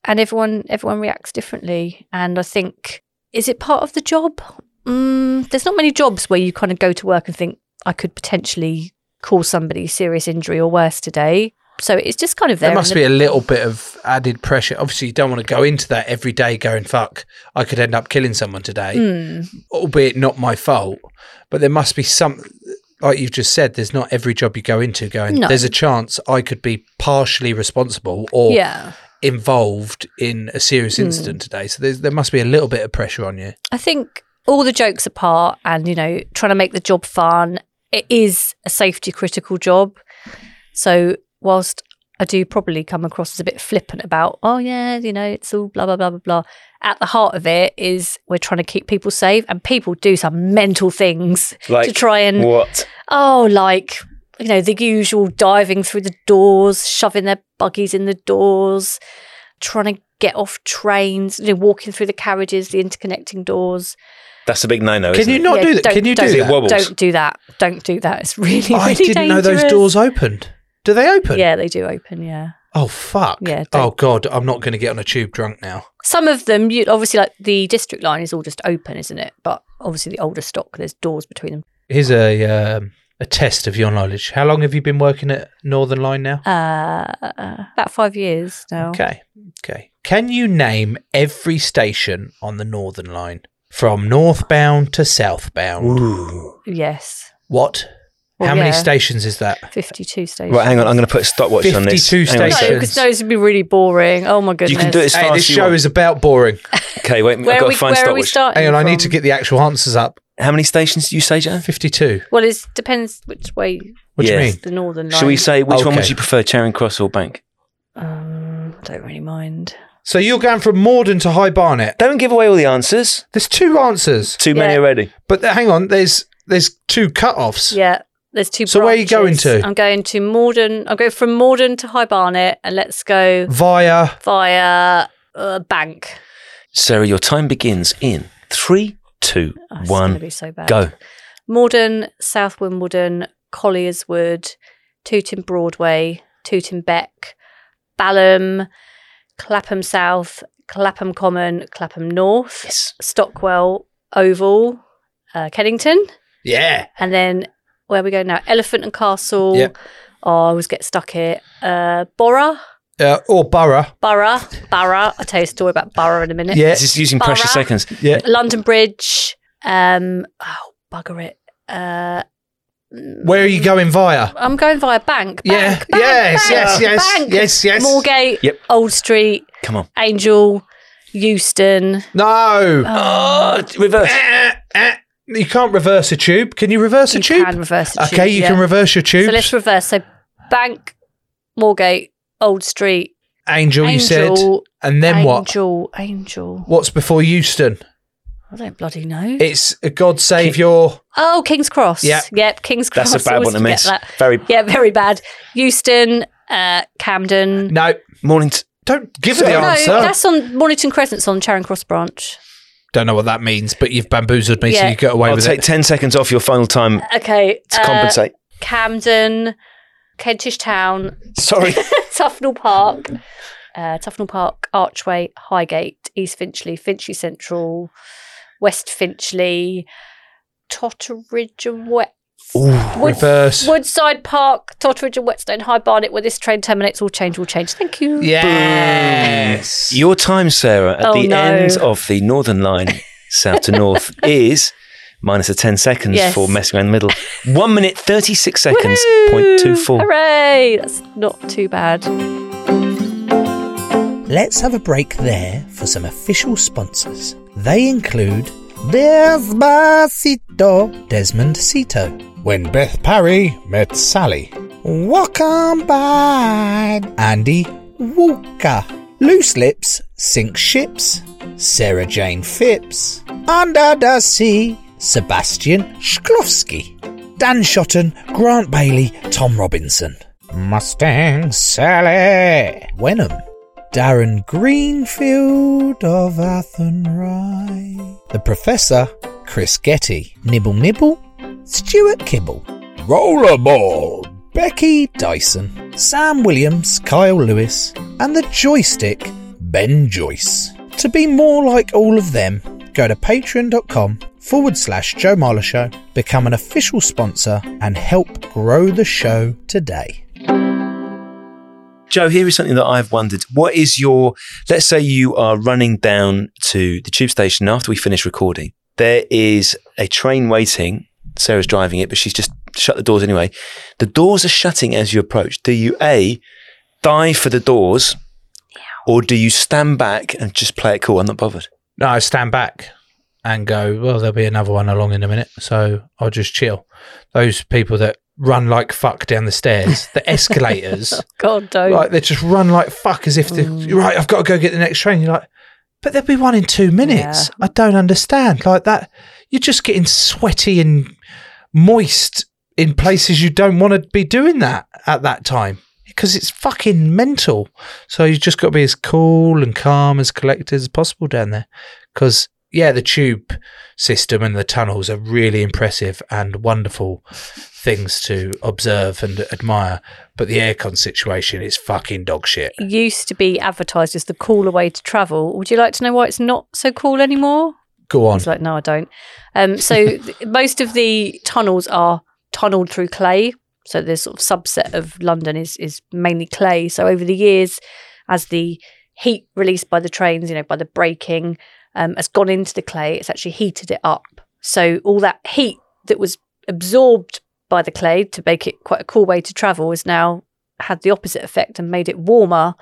Speaker 7: and everyone everyone reacts differently. And I think is it part of the job? Mm, there's not many jobs where you kind of go to work and think I could potentially cause somebody serious injury or worse today. So it's just kind of there.
Speaker 5: There
Speaker 7: in
Speaker 5: must
Speaker 7: the-
Speaker 5: be a little bit of added pressure. Obviously, you don't want to go into that every day going, fuck, I could end up killing someone today,
Speaker 7: Hmm.
Speaker 5: albeit not my fault. But there must be some, like you've just said, there's not every job you go into going,
Speaker 7: No.
Speaker 5: there's a chance I could be partially responsible or
Speaker 7: yeah.
Speaker 5: involved in a serious
Speaker 7: Hmm.
Speaker 5: incident today. So there's, there must be a little bit of pressure on you.
Speaker 7: I think all the jokes apart and, you know, trying to make the job fun, it is a safety critical job. So, whilst I do probably come across as a bit flippant about, oh, yeah, you know, it's all blah, blah, blah, blah, blah. At the heart of it is we're trying to keep people safe and people do some mental things
Speaker 8: Like
Speaker 7: to try and
Speaker 8: what?
Speaker 7: Oh, like, you know, the usual diving through the doors, shoving their buggies in the doors, trying to get off trains, you know, walking through the carriages, the interconnecting doors.
Speaker 8: That's a big no-no.
Speaker 5: Can
Speaker 8: isn't
Speaker 5: you
Speaker 8: it?
Speaker 5: not
Speaker 7: Yeah,
Speaker 5: do that?
Speaker 7: don't-
Speaker 5: Can you
Speaker 7: don't-
Speaker 5: do
Speaker 8: It
Speaker 5: that?
Speaker 8: wobbles.
Speaker 7: Don't do that. Don't do that. It's really, really
Speaker 5: I didn't know those
Speaker 7: dangerous.
Speaker 5: doors opened. Do they open?
Speaker 7: Yeah, they do open, yeah.
Speaker 5: Oh, fuck.
Speaker 7: Yeah, don't-
Speaker 5: oh, God, I'm not going to get on a tube drunk now.
Speaker 7: Some of them, you obviously, like the district line is all just open, isn't it? But obviously, the older stock, there's doors between them.
Speaker 5: Here's a um, a test of your knowledge. How long have you been working at Northern Line now?
Speaker 7: Uh, about five years now.
Speaker 5: Okay, okay. Can you name every station on the Northern Line from northbound to southbound?
Speaker 7: Yes.
Speaker 5: What?
Speaker 7: Well,
Speaker 5: How many
Speaker 7: yeah.
Speaker 5: stations is that?
Speaker 7: 52 stations.
Speaker 8: Right, hang on. I'm going to put a stopwatch on this.
Speaker 5: 52
Speaker 8: Hang on a
Speaker 7: No,
Speaker 8: second.
Speaker 7: because those would be really boring. Oh my goodness.
Speaker 8: You can do it as
Speaker 5: Hey,
Speaker 8: fast
Speaker 5: this
Speaker 8: as you
Speaker 5: show
Speaker 8: want.
Speaker 5: is about boring.
Speaker 8: Okay, wait.
Speaker 7: Where,
Speaker 8: I've
Speaker 7: are
Speaker 8: got
Speaker 7: we,
Speaker 8: to find
Speaker 7: where are we
Speaker 8: stopwatch.
Speaker 7: starting?
Speaker 5: Hang on, I
Speaker 7: from?
Speaker 5: need to get the actual answers up.
Speaker 8: How many stations do you say, Joe?
Speaker 5: Fifty-two.
Speaker 7: Well, it depends which way
Speaker 5: What do
Speaker 8: Yeah.
Speaker 5: you mean?
Speaker 7: the northern line.
Speaker 8: Shall we say which one
Speaker 5: Okay.
Speaker 8: would you prefer, Charing Cross or Bank?
Speaker 7: Um, I don't really mind.
Speaker 5: So you're going from Morden to High Barnet.
Speaker 8: Don't give away all the answers.
Speaker 5: There's two answers.
Speaker 8: Too many
Speaker 7: Yeah.
Speaker 8: already.
Speaker 5: But th- hang on, there's there's two cut-offs.
Speaker 7: Yeah, there's two.
Speaker 5: So where are you
Speaker 7: branches.
Speaker 5: going to?
Speaker 7: I'm going to Morden. I'll go from Morden to High Barnet, and let's go
Speaker 5: Via
Speaker 7: via uh, Bank.
Speaker 8: Sarah, your time begins in three, two,
Speaker 7: Oh,
Speaker 8: one,
Speaker 7: it's gonna be so bad.
Speaker 8: go.
Speaker 7: Morden, South Wimbledon, Collier's Wood, Tooting Broadway, Tooting Beck, Balham, Clapham South, Clapham Common, Clapham North,
Speaker 8: Yes.
Speaker 7: Stockwell Oval, uh, Kennington,
Speaker 5: Yeah.
Speaker 7: and then where we go now? Elephant and Castle.
Speaker 5: Yep.
Speaker 7: Oh, I always get stuck here. Uh, Borough,
Speaker 5: Uh, or [LAUGHS] Borough.
Speaker 7: Borough, Borough. I'll tell you a story about Borough in a minute.
Speaker 5: Yeah.
Speaker 8: This is using
Speaker 7: Borough.
Speaker 8: precious seconds.
Speaker 5: Yeah.
Speaker 7: London Bridge. Um, oh, bugger it. Uh,
Speaker 5: Where are you going via?
Speaker 7: I'm going via bank. bank
Speaker 5: Yeah.
Speaker 7: bank,
Speaker 5: Yes,
Speaker 7: bank,
Speaker 5: yes, yes,
Speaker 7: bank.
Speaker 5: yes, yes.
Speaker 7: Moorgate,
Speaker 8: Yep.
Speaker 7: Old Street,
Speaker 8: Come on.
Speaker 7: Angel,
Speaker 5: [GASPS]
Speaker 7: Euston.
Speaker 5: No.
Speaker 7: Uh,
Speaker 8: Oh, reverse.
Speaker 5: Eh, eh. You can't reverse a tube. Can you reverse
Speaker 7: You
Speaker 5: a tube?
Speaker 7: can reverse a tube.
Speaker 5: okay, you
Speaker 7: yeah.
Speaker 5: can reverse your tube.
Speaker 7: So let's reverse. So bank, Moorgate, Old Street,
Speaker 5: Angel, you said.
Speaker 7: Angel,
Speaker 5: And then what?
Speaker 7: Angel, Angel.
Speaker 5: What's before Euston?
Speaker 7: I don't bloody know.
Speaker 5: It's a God Save Your.
Speaker 7: oh, King's Cross.
Speaker 5: Yeah.
Speaker 7: Yep, King's Cross.
Speaker 8: That's a bad
Speaker 7: Always
Speaker 8: one to
Speaker 7: forget
Speaker 8: miss.
Speaker 7: that.
Speaker 8: Very
Speaker 7: Yeah, very bad. Euston, uh, Camden.
Speaker 5: No,
Speaker 8: morning. T-
Speaker 5: don't give her the
Speaker 7: no,
Speaker 5: answer.
Speaker 7: that's on Mornington Crescent's on Charing Cross Branch.
Speaker 5: Don't know what that means, but you've bamboozled me, so
Speaker 7: Yeah.
Speaker 5: you get away
Speaker 8: I'll
Speaker 5: with
Speaker 8: take
Speaker 5: it.
Speaker 8: ten seconds off your final time
Speaker 7: Okay.
Speaker 8: to
Speaker 7: uh,
Speaker 8: compensate.
Speaker 7: Camden, Kentish Town,
Speaker 8: Sorry.
Speaker 7: [LAUGHS] Tufnell Park, uh, Tufnell Park, Archway, Highgate, East Finchley, Finchley Central, West Finchley, Totteridge and Wet. Wood-
Speaker 5: reverse.
Speaker 7: Woodside Park, Totteridge and Whetstone, High Barnet, where this train terminates, all change, all change. Thank you.
Speaker 5: Yes.
Speaker 8: Your time, Sarah, at
Speaker 7: Oh,
Speaker 8: the
Speaker 7: no.
Speaker 8: end of the Northern
Speaker 7: [LAUGHS]
Speaker 8: Line, south to north, is minus the 10 seconds
Speaker 7: Yes.
Speaker 8: for messing around the middle. One minute, 36 seconds,
Speaker 7: Woohoo!
Speaker 8: point two four.
Speaker 7: Hooray! That's not too bad.
Speaker 9: Let's have a break there for some official sponsors. They include Despacito, Desmond Cito,
Speaker 10: When Beth Parry met Sally.
Speaker 9: Walk On By, Andy Walker, Loose Lips, Sink Ships, Sarah Jane Phipps, Under the Sea, Sebastian Shklowski, Dan Shotton, Grant Bailey, Tom Robinson,
Speaker 10: Mustang Sally.
Speaker 9: Wenham, Darren Greenfield of Athenry, The Professor, Chris Getty, Nibble Nibble, Stuart Kibble,
Speaker 10: Rollerball.
Speaker 9: Becky Dyson, Sam Williams, Kyle Lewis, and the joystick, Ben Joyce. To be more like all of them, go to patreon.com forward slash Joe Marler Show, become an official sponsor, and help grow the show today.
Speaker 8: Joe, here is something that I've wondered. What is your, let's say you are running down to the tube station after we finish recording. There is a train waiting. Sarah's driving it, but she's just shut the doors anyway. The doors are shutting as you approach. Do you A, dive for the doors, or do you stand back and just play it cool? I'm not bothered.
Speaker 5: No, I stand back and go, well, there'll be another one along in a minute. So I'll just chill. Those people that run like fuck down the stairs, the escalators,
Speaker 7: God, don't.
Speaker 5: like they just run like fuck as if, they, right, I've got to go get the next train. You're like, but there'll be one in two minutes. I don't understand. Like that, you're just getting sweaty and moist in places you don't want to be doing that at that time because it's fucking mental. So you just got to be as cool and calm as collected as possible down there. Because yeah, the tube system and the tunnels are really impressive and wonderful things to observe and admire. But the aircon situation is fucking dog shit.
Speaker 7: Used to be advertised as the cooler way to travel. Would you like to know why it's not so cool anymore?
Speaker 5: Go on.
Speaker 7: He's like, no, I don't. Um,
Speaker 5: [LAUGHS]
Speaker 7: so th- most of the tunnels are tunneled through clay. So this sort of subset of London is is mainly clay. So over the years, as the heat released by the trains, you know, by the braking, um, has gone into the clay, it's actually heated it up. So all that heat that was absorbed by the clay to make it quite a cool way to travel has now had the opposite effect and made it warmer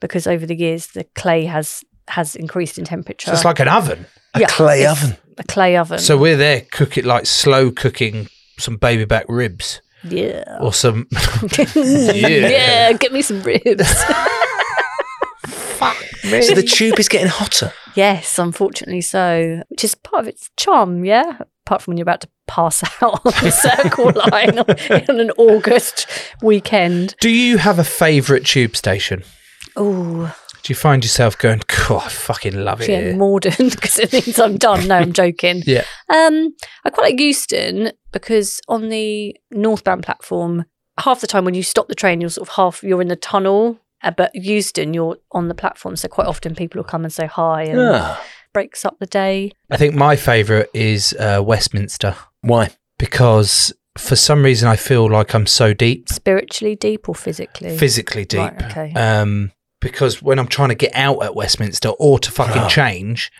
Speaker 7: because over the years the clay has has increased in temperature
Speaker 5: So it's like an oven.
Speaker 8: A clay
Speaker 7: it's
Speaker 8: oven.
Speaker 7: A clay oven.
Speaker 5: So we're there cook it like slow cooking some baby back ribs
Speaker 7: yeah.
Speaker 5: or some [LAUGHS]
Speaker 7: yeah. Get me some ribs.
Speaker 6: So
Speaker 7: [LAUGHS]
Speaker 6: the tube is getting hotter.
Speaker 7: Yes, unfortunately so, which is part of its charm, yeah? Apart from when you're about to pass out on
Speaker 5: [LAUGHS]
Speaker 7: the circle line on, on an August weekend.
Speaker 5: Do you have a favourite tube station?
Speaker 7: Ooh,
Speaker 5: Do you find yourself going, God, I fucking love it
Speaker 7: yeah,
Speaker 5: here?
Speaker 7: Morden, [LAUGHS] because it means I'm done. No, I'm joking.
Speaker 5: Yeah.
Speaker 7: Um, I quite like Euston because on the northbound platform, half the time when you stop the train, you're sort of half you're in the tunnel. Uh, but Euston, you're on the platform, so quite often people will come and say hi and
Speaker 5: Ah.
Speaker 7: breaks up the day.
Speaker 5: I think my favourite is uh, Westminster.
Speaker 6: Why?
Speaker 5: Because for some reason I feel like I'm so deep,
Speaker 7: Spiritually deep or physically?
Speaker 5: physically deep.
Speaker 7: Right, okay.
Speaker 5: um, because when I'm trying to get out at Westminster or to fucking
Speaker 7: Oh.
Speaker 5: change,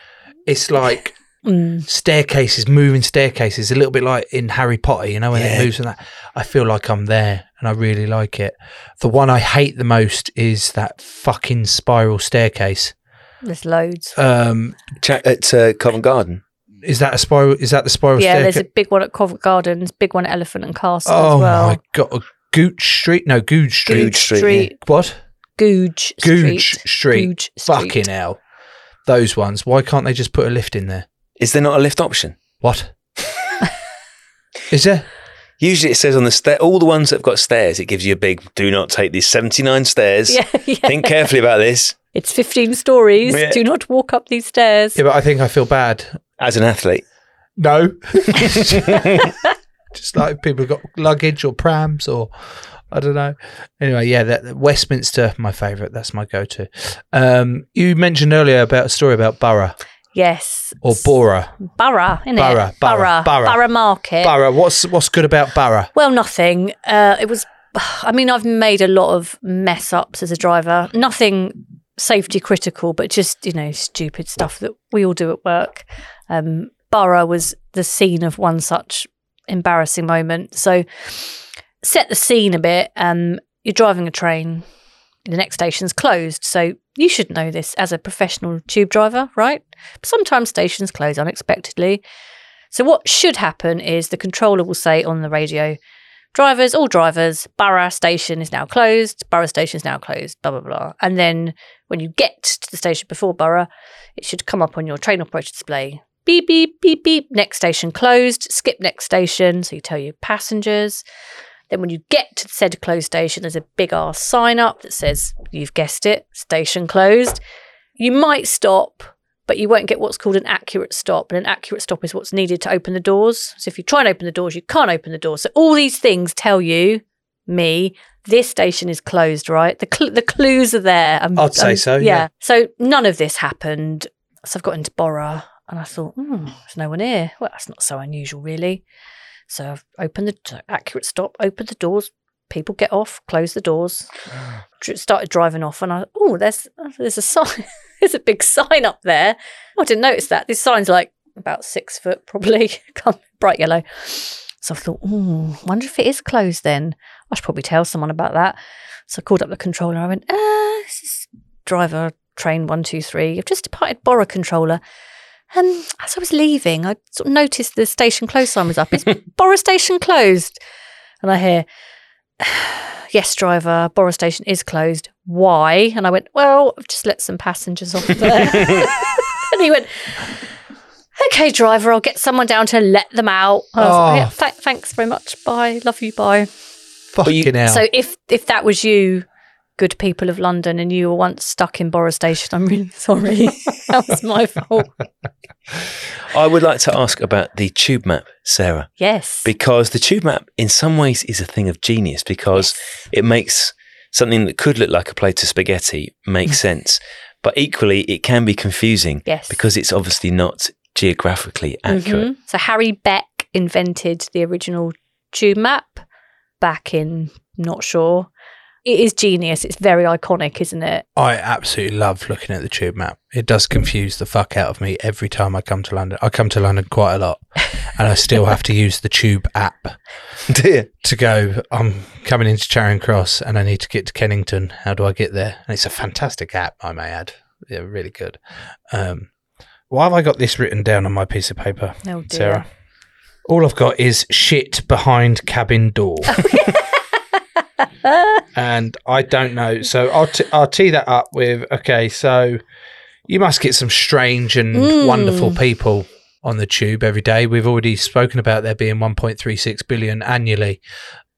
Speaker 5: it's like
Speaker 7: Mm.
Speaker 5: staircases, moving staircases, a little bit like in Harry Potter, you know, when
Speaker 11: Yeah.
Speaker 5: it moves and that. I feel like I'm there and I really like it. The one I hate the most is that fucking spiral staircase.
Speaker 7: There's loads.
Speaker 5: Um,
Speaker 6: at uh, Covent Garden.
Speaker 5: Is that a spiral? Is that the spiral
Speaker 7: yeah,
Speaker 5: staircase?
Speaker 7: there's a big one at Covent Gardens, big one at Elephant and Castle
Speaker 5: oh
Speaker 7: as well.
Speaker 5: my god, Gooch Street? No, Gooch Street.
Speaker 7: Gooch Street, Street. yeah.
Speaker 5: What?
Speaker 7: Googe
Speaker 5: Gooch
Speaker 7: Street.
Speaker 5: Street.
Speaker 7: Googe
Speaker 5: Fucking hell. Those ones. Why can't they just put a lift in there?
Speaker 6: Is there not a lift option?
Speaker 5: What? Is there?
Speaker 6: Usually it says on the stair, all the ones that have got stairs, it gives you a big do not take these 79 stairs.
Speaker 7: Yeah, [LAUGHS] yeah.
Speaker 6: Think [LAUGHS] carefully about this.
Speaker 7: It's 15 stories.
Speaker 6: Yeah.
Speaker 7: Do not walk up these stairs.
Speaker 5: Yeah, but I think I feel bad.
Speaker 6: As an athlete.
Speaker 5: No. [LAUGHS] just like people got luggage or prams or I don't know. Anyway, yeah, that, that Westminster, my favourite. That's my go-to. Um, you mentioned earlier about a story about Borough
Speaker 7: Yes.
Speaker 5: or Bora.
Speaker 7: Borough, innit?
Speaker 5: Borough, Borough,
Speaker 7: Borough,
Speaker 5: Borough.
Speaker 7: Borough Market.
Speaker 5: Borough. What's what's good about Borough?
Speaker 7: Well, nothing. Uh, it was, [SIGHS] I mean, I've made a lot of mess ups as a driver. Nothing safety critical, but just, you know, stupid stuff that we all do at work. Um, Borough was the scene of one such embarrassing moment. So, set the scene a bit. Um, you're driving a train, the next station's closed. So, you should know this as a professional tube driver, right? But sometimes stations close unexpectedly. So, what should happen is the controller will say on the radio, drivers, all drivers, Borough station is now closed, Borough station is now closed, blah, blah, blah. And then when you get to the station before Borough, it should come up on your train operator display. Beep, beep, beep, beep, next station closed, skip next station. So, you tell your passengers. Then, when you get to the said closed station, there's a big ass sign up that says, you've guessed it, station closed. You might stop, but you won't get what's called an accurate stop. And an accurate stop is what's needed to open the doors. So if you try and open the doors, you can't open the doors. So all these things tell you, me, this station is closed, right? The, cl- the clues are there. I'm-
Speaker 5: I'd say
Speaker 7: I'm-
Speaker 5: so, yeah.
Speaker 7: So none of this happened. So I've got into Borough and I thought, hmm, there's no one here. Well, that's not so unusual, really. So I've opened the t- accurate stop, opened the doors. People get off, close
Speaker 5: [SIGHS]
Speaker 7: the doors. Dr- started driving off, and I oh, there's there's a sign, [LAUGHS] there's a big sign up there. Oh, I didn't notice that. This sign's like about six foot, probably, [LAUGHS] Can't- bright yellow. So I thought, oh, wonder if it is closed. Then I should probably tell someone about that. So I called up the controller. I went, uh, this is driver train one two three. I've just departed Borough controller. Um, as I was leaving, I sort of noticed the station close sign was up. It's Borough Station closed. And I hear, [SIGHS] yes, driver, Borough Station is closed. Why? And I went, well, I've just let some passengers off there. and he went, okay, driver, I'll get someone down to let them out. And I was like,
Speaker 5: Oh.
Speaker 7: "Yeah, tha- thanks very much. Bye. Love you. Bye.
Speaker 5: Fucking hell.
Speaker 7: So if if that was you, good people of London, and you were once stuck in Borough Station, I'm really [LAUGHS] sorry. that was my fault.
Speaker 6: I would like to ask about the tube map, Sarah.
Speaker 7: Yes.
Speaker 6: Because the tube map, in some ways, is a thing of genius because it makes something that could look like a plate of spaghetti make sense. But equally, it can be confusing
Speaker 7: Mm. Yes.
Speaker 6: because it's obviously not geographically accurate. [LAUGHS]
Speaker 7: Mhm. So Harry Beck invented the original tube map back in not sure. It is genius. It's very iconic, isn't it?
Speaker 5: I absolutely love looking at the tube map. It does confuse the fuck out of me every time I come to London. I come to London quite a lot, and I still have
Speaker 7: [LAUGHS]
Speaker 5: to use the tube app to go. I'm coming into Charing Cross, and I need to get to Kennington. How do I get there? And it's a fantastic app, I may add. Yeah, really good. Um, why have I got this written down on my piece of paper,
Speaker 7: Oh, dear.
Speaker 6: [LAUGHS]
Speaker 5: Sarah? All I've got is shit behind cabin door. and I don't know. So I'll t- I'll tee that up with okay. So you must get some strange and
Speaker 6: Hmm.
Speaker 12: Mm.
Speaker 5: wonderful people on the tube every day. We've already spoken about there being 1.36 billion annually.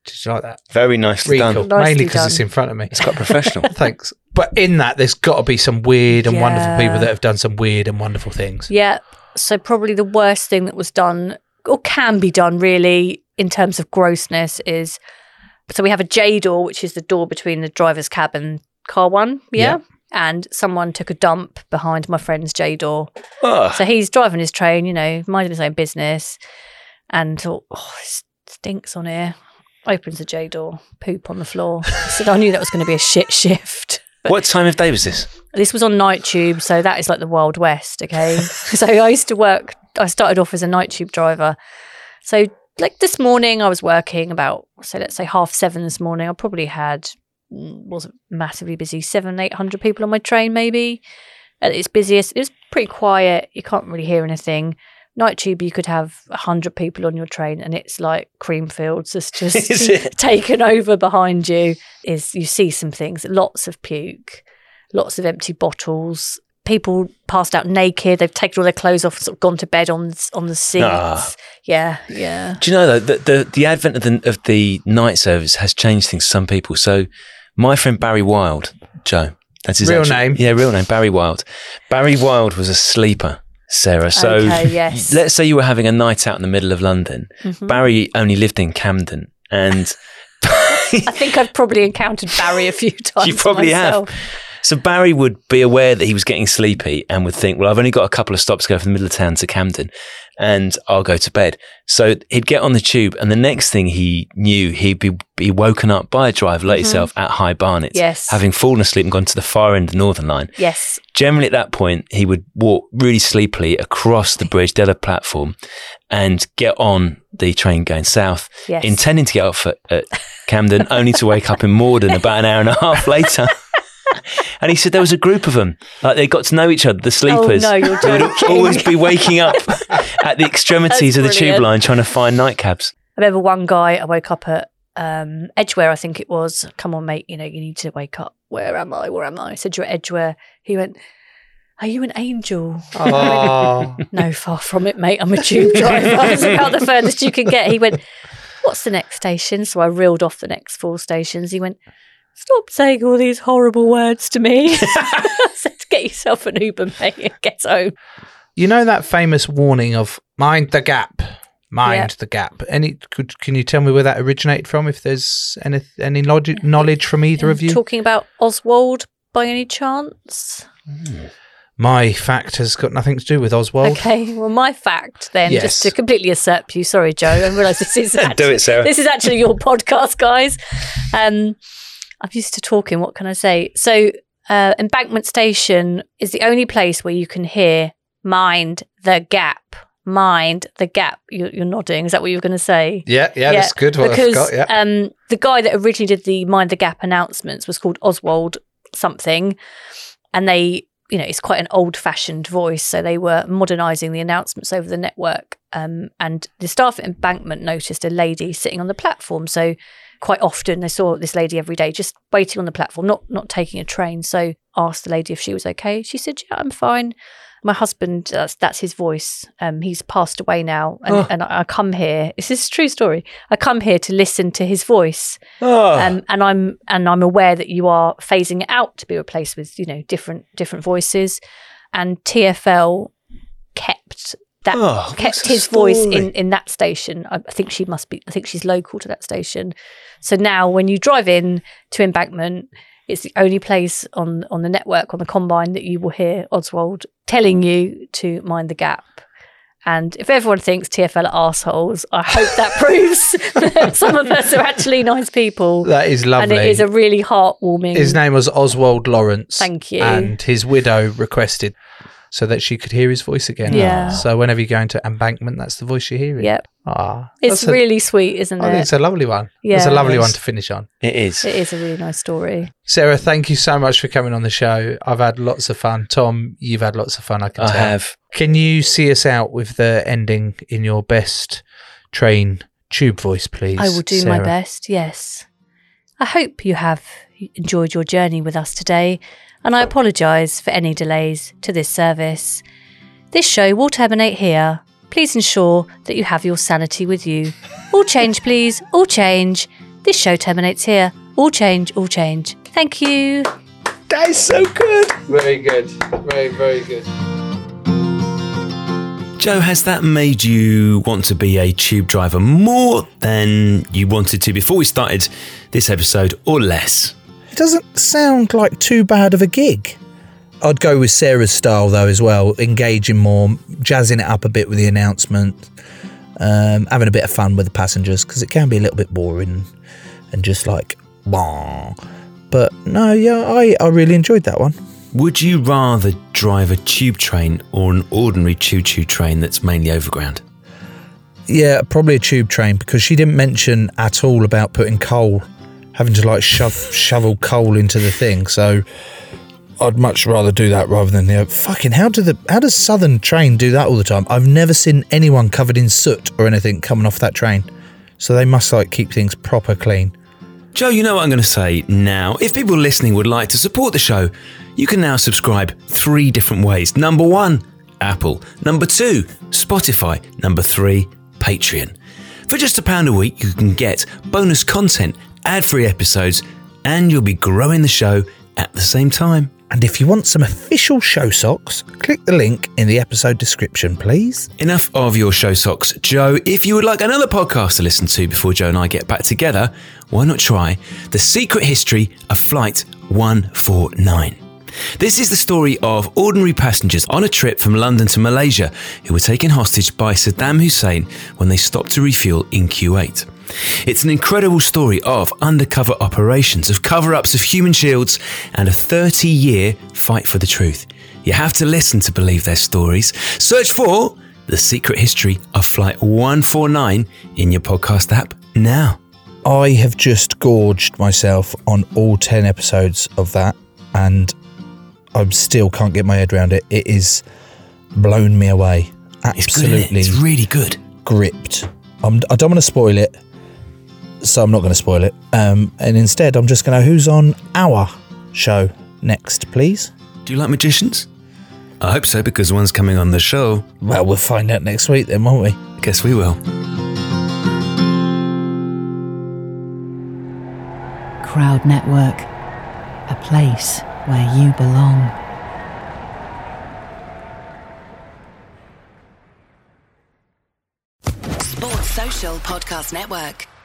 Speaker 5: Did you like that?
Speaker 6: Very nicely
Speaker 5: Really
Speaker 6: done.
Speaker 5: cool. Mainly because it's in front of me. It's [LAUGHS]
Speaker 6: quite professional.
Speaker 5: Thanks. But in that, there's got to be some weird and wonderful
Speaker 7: Yeah.
Speaker 5: people that have done some weird and wonderful things.
Speaker 7: Yeah. So probably the worst thing that was done or can be done really in terms of grossness is so we have a J door, which is the door between the driver's cab and car one. Yeah.
Speaker 8: Yeah.
Speaker 7: And someone took a dump behind my friend's J door.
Speaker 8: Ugh.
Speaker 7: [LAUGHS] So he's driving his train, you know, minding his own business and thought, oh, it stinks on here. Opens the J door, poop on the floor. so I knew that was going to be a shit shift.
Speaker 6: What time of day was this?
Speaker 7: This was on Night Tube, so that is like the Wild West,
Speaker 8: [LAUGHS]
Speaker 7: okay? so I used to work, I started off as a Night Tube driver. So, like this morning, I was working about, so let's say half seven this morning. I probably had, mm, wasn't massively busy, seven, 800 people on my train, maybe. At its busiest, it was pretty quiet. You can't really hear anything. Night Tube, you could have 100 people on your train, and it's like cream
Speaker 8: [LAUGHS]
Speaker 7: fields. It's
Speaker 8: Is
Speaker 7: just
Speaker 8: it?
Speaker 7: taken over behind you. Is you see some things, lots of puke lots of empty bottles. People passed out naked. They've taken all their clothes off, sort of gone to bed on on the seats.
Speaker 6: Ah.
Speaker 7: Yeah, yeah.
Speaker 6: Do you know though that the the advent of the of the night service has changed things for some people. So my friend Barry Wild, Joe, that's his
Speaker 5: Real
Speaker 6: actual-
Speaker 5: name.
Speaker 6: Yeah, real name Barry Wild. Barry Wild was a sleeper, Sarah. So
Speaker 7: Okay, yes.
Speaker 6: let's say you were having a night out in the middle of London.
Speaker 7: Mhm.
Speaker 6: Barry only lived in Camden, and
Speaker 7: I think I've probably encountered Barry a few [LAUGHS] times.
Speaker 6: you probably
Speaker 7: myself.
Speaker 6: have. So Barry would be aware that he was getting sleepy and would think, "Well, I've only got a couple of stops to go from the middle of town to Camden, and I'll go to bed." So he'd get on the tube, and the next thing he knew, he'd be, be woken up by a driver like
Speaker 7: Mhm.
Speaker 6: yourself at High Barnet,
Speaker 7: Yes.
Speaker 6: having fallen asleep and gone to the far end of the Northern Line.
Speaker 7: Yes.
Speaker 6: Generally, at that point, he would walk really sleepily across the Bridge Della platform and get on the train going south,
Speaker 7: Yes.
Speaker 6: intending to get off at, at
Speaker 7: [LAUGHS]
Speaker 6: Camden, only to wake up in Morden about an hour and a half later. And he said there was a group of them. Like they got to know each other, the sleepers.
Speaker 7: Oh, no, you're
Speaker 6: They would
Speaker 7: joking.
Speaker 6: always be waking
Speaker 7: [LAUGHS]
Speaker 6: up at the extremities
Speaker 7: That's
Speaker 6: of the tube
Speaker 7: brilliant.
Speaker 6: line trying to find nightcabs.
Speaker 7: I remember one guy. I woke up at um, Edgware, I think it was. Come on, mate. You know you need to wake up. Where am I? Where am I? I said you're at Edgware. He went. Are you an angel? I
Speaker 6: [LAUGHS]
Speaker 5: Oh.
Speaker 7: went, no, far from it, mate. I'm a tube driver. It's about the furthest you can get. He went, What's the next station? So I reeled off the next four stations. He went, Stop saying all these horrible words to me. [LAUGHS] I said, Get yourself an Uber, mate, and get home.
Speaker 5: You know that famous warning of mind the gap, mind
Speaker 7: Yeah.
Speaker 5: the gap. Any could, can you tell me where that originated from? If there's any any log- knowledge from either of you,
Speaker 7: Talking about Oswald by any chance?
Speaker 5: my fact has got nothing to do with Oswald.
Speaker 7: Okay, well, my fact then,
Speaker 5: Yes.
Speaker 7: just to completely usurp you. Sorry, Joe. I realise
Speaker 5: [LAUGHS]
Speaker 7: this is
Speaker 5: Do
Speaker 7: actually,
Speaker 5: it, Sarah.
Speaker 7: This is actually your podcast, guys. Um, I'm used to talking. What can I say? So, uh, Embankment Station is the only place where you can hear "Mind the Gap." Mind the gap. You're, you're nodding. Is that what you were going to say?
Speaker 5: Yeah, yeah, that's good, what I've
Speaker 7: because
Speaker 5: got, yeah.
Speaker 7: um, the guy that originally did the Mind the Gap announcements was called Oswald something, and they, you know, it's quite an old-fashioned voice, so they were modernising the announcements over the network. Um, and the staff at Embankment noticed a lady sitting on the platform, so quite often they saw this lady every day just waiting on the platform, not not taking a train. So asked the lady if she was okay. She said, "Yeah, I'm fine." My husband, that's, that's his voice. Um, he's passed away now, and,
Speaker 8: Oh.
Speaker 7: and I I come here. This is a true story. I come here to listen to his voice,
Speaker 8: Oh.
Speaker 7: um, and I'm and I'm aware that you are phasing it out to be replaced with you know different different voices, and TFL kept that
Speaker 8: Oh, what's
Speaker 7: kept
Speaker 8: the
Speaker 7: his voice in
Speaker 8: story?
Speaker 7: in that station. I, I think she must be. I think she's local to that station. So now, when you drive in to Embankment, it's the only place on on the network on the combine that you will hear Oswald telling you to mind the gap. And if everyone thinks TFL are assholes, I hope that [LAUGHS] proves that some of us are actually nice people.
Speaker 5: That is
Speaker 7: And it
Speaker 5: lovely.
Speaker 7: is a really heartwarming.
Speaker 5: His name was Oswald Lawrence.
Speaker 7: Thank you.
Speaker 5: And his widow requested so that she could hear his voice again. Ah,
Speaker 7: Yeah.
Speaker 5: So whenever you go into embankment, that's the voice you're hearing.
Speaker 7: Yep.
Speaker 5: Ah,
Speaker 7: It's
Speaker 5: that's a-
Speaker 7: really sweet, isn't
Speaker 5: I
Speaker 7: it?
Speaker 5: think it's a lovely one. It's a
Speaker 7: Yeah.
Speaker 5: lovely
Speaker 7: Yes.
Speaker 5: one to finish on.
Speaker 6: It is.
Speaker 7: It is a really nice story.
Speaker 5: Sarah, thank you so much for coming on the show. I've had lots of fun. Tom, you've had lots of fun. I can
Speaker 6: I
Speaker 5: tell.
Speaker 6: have.
Speaker 5: Can you see us out with the ending in your best train tube voice, please?
Speaker 7: I will do my
Speaker 5: Sarah?
Speaker 7: best, yes. I hope you have enjoyed your journey with us today, and I apologise for any delays to this service. This show will terminate here. Please ensure that you have your sanity with you. All change, please. All change. This show terminates here. All change, all change. Thank you.
Speaker 8: That is so good.
Speaker 13: Very good. Very, very good.
Speaker 6: Joe, has that made you want to be a tube driver more than you wanted to before we started this episode, or less?
Speaker 5: It doesn't sound like too bad of a gig. I'd go with Sarah's style though as well, engaging more, jazzing it up a bit with the announcement, um, having a bit of fun with the passengers because it can be a little bit boring and just like, bah. but no, yeah, I, I really enjoyed that one.
Speaker 6: Would you rather drive a tube train or an ordinary choo choo train that's mainly overground?
Speaker 5: Yeah, probably a tube train because she didn't mention at all about putting coal, having to like shove shovel coal into the thing. So I'd much rather do that rather than the fucking. How do the how does Southern train do that all the time? I've never seen anyone covered in soot or anything coming off that train. So they must like keep things proper clean.
Speaker 6: Joe, you know what I'm going to say now. If people listening would like to support the show, you can now subscribe three different ways. Number one, Apple. Number two, Spotify. Number three, Patreon. For just a pound a week, you can get bonus content, ad free episodes, and you'll be growing the show at the same time.
Speaker 5: And if you want some official show socks, click the link in the episode description, please.
Speaker 6: Enough of your show socks, Joe. If you would like another podcast to listen to before Joe and I get back together, why not try The Secret History of Flight 149? This is the story of ordinary passengers on a trip from London to Malaysia who were taken hostage by Saddam Hussein when they stopped to refuel in Kuwait. It's an incredible story of undercover operations, of cover ups of human shields, and a 30 year fight for the truth. You have to listen to believe their stories. Search for The Secret History of Flight 149 in your podcast app now.
Speaker 5: I have just gorged myself on all 10 episodes of that, and I still can't get my head around it. It is blown me away. Absolutely.
Speaker 6: It's really good.
Speaker 5: Gripped. I'm, I don't want to spoil it, so I'm not going to spoil it. Um, and instead, I'm just going to who's on our show next, please.
Speaker 6: Do you like magicians? I hope so, because one's coming on the show.
Speaker 5: Well, we'll find out next week then, won't we?
Speaker 6: Guess we will.
Speaker 14: Crowd Network, a place where you belong.
Speaker 15: Sports Social Podcast Network.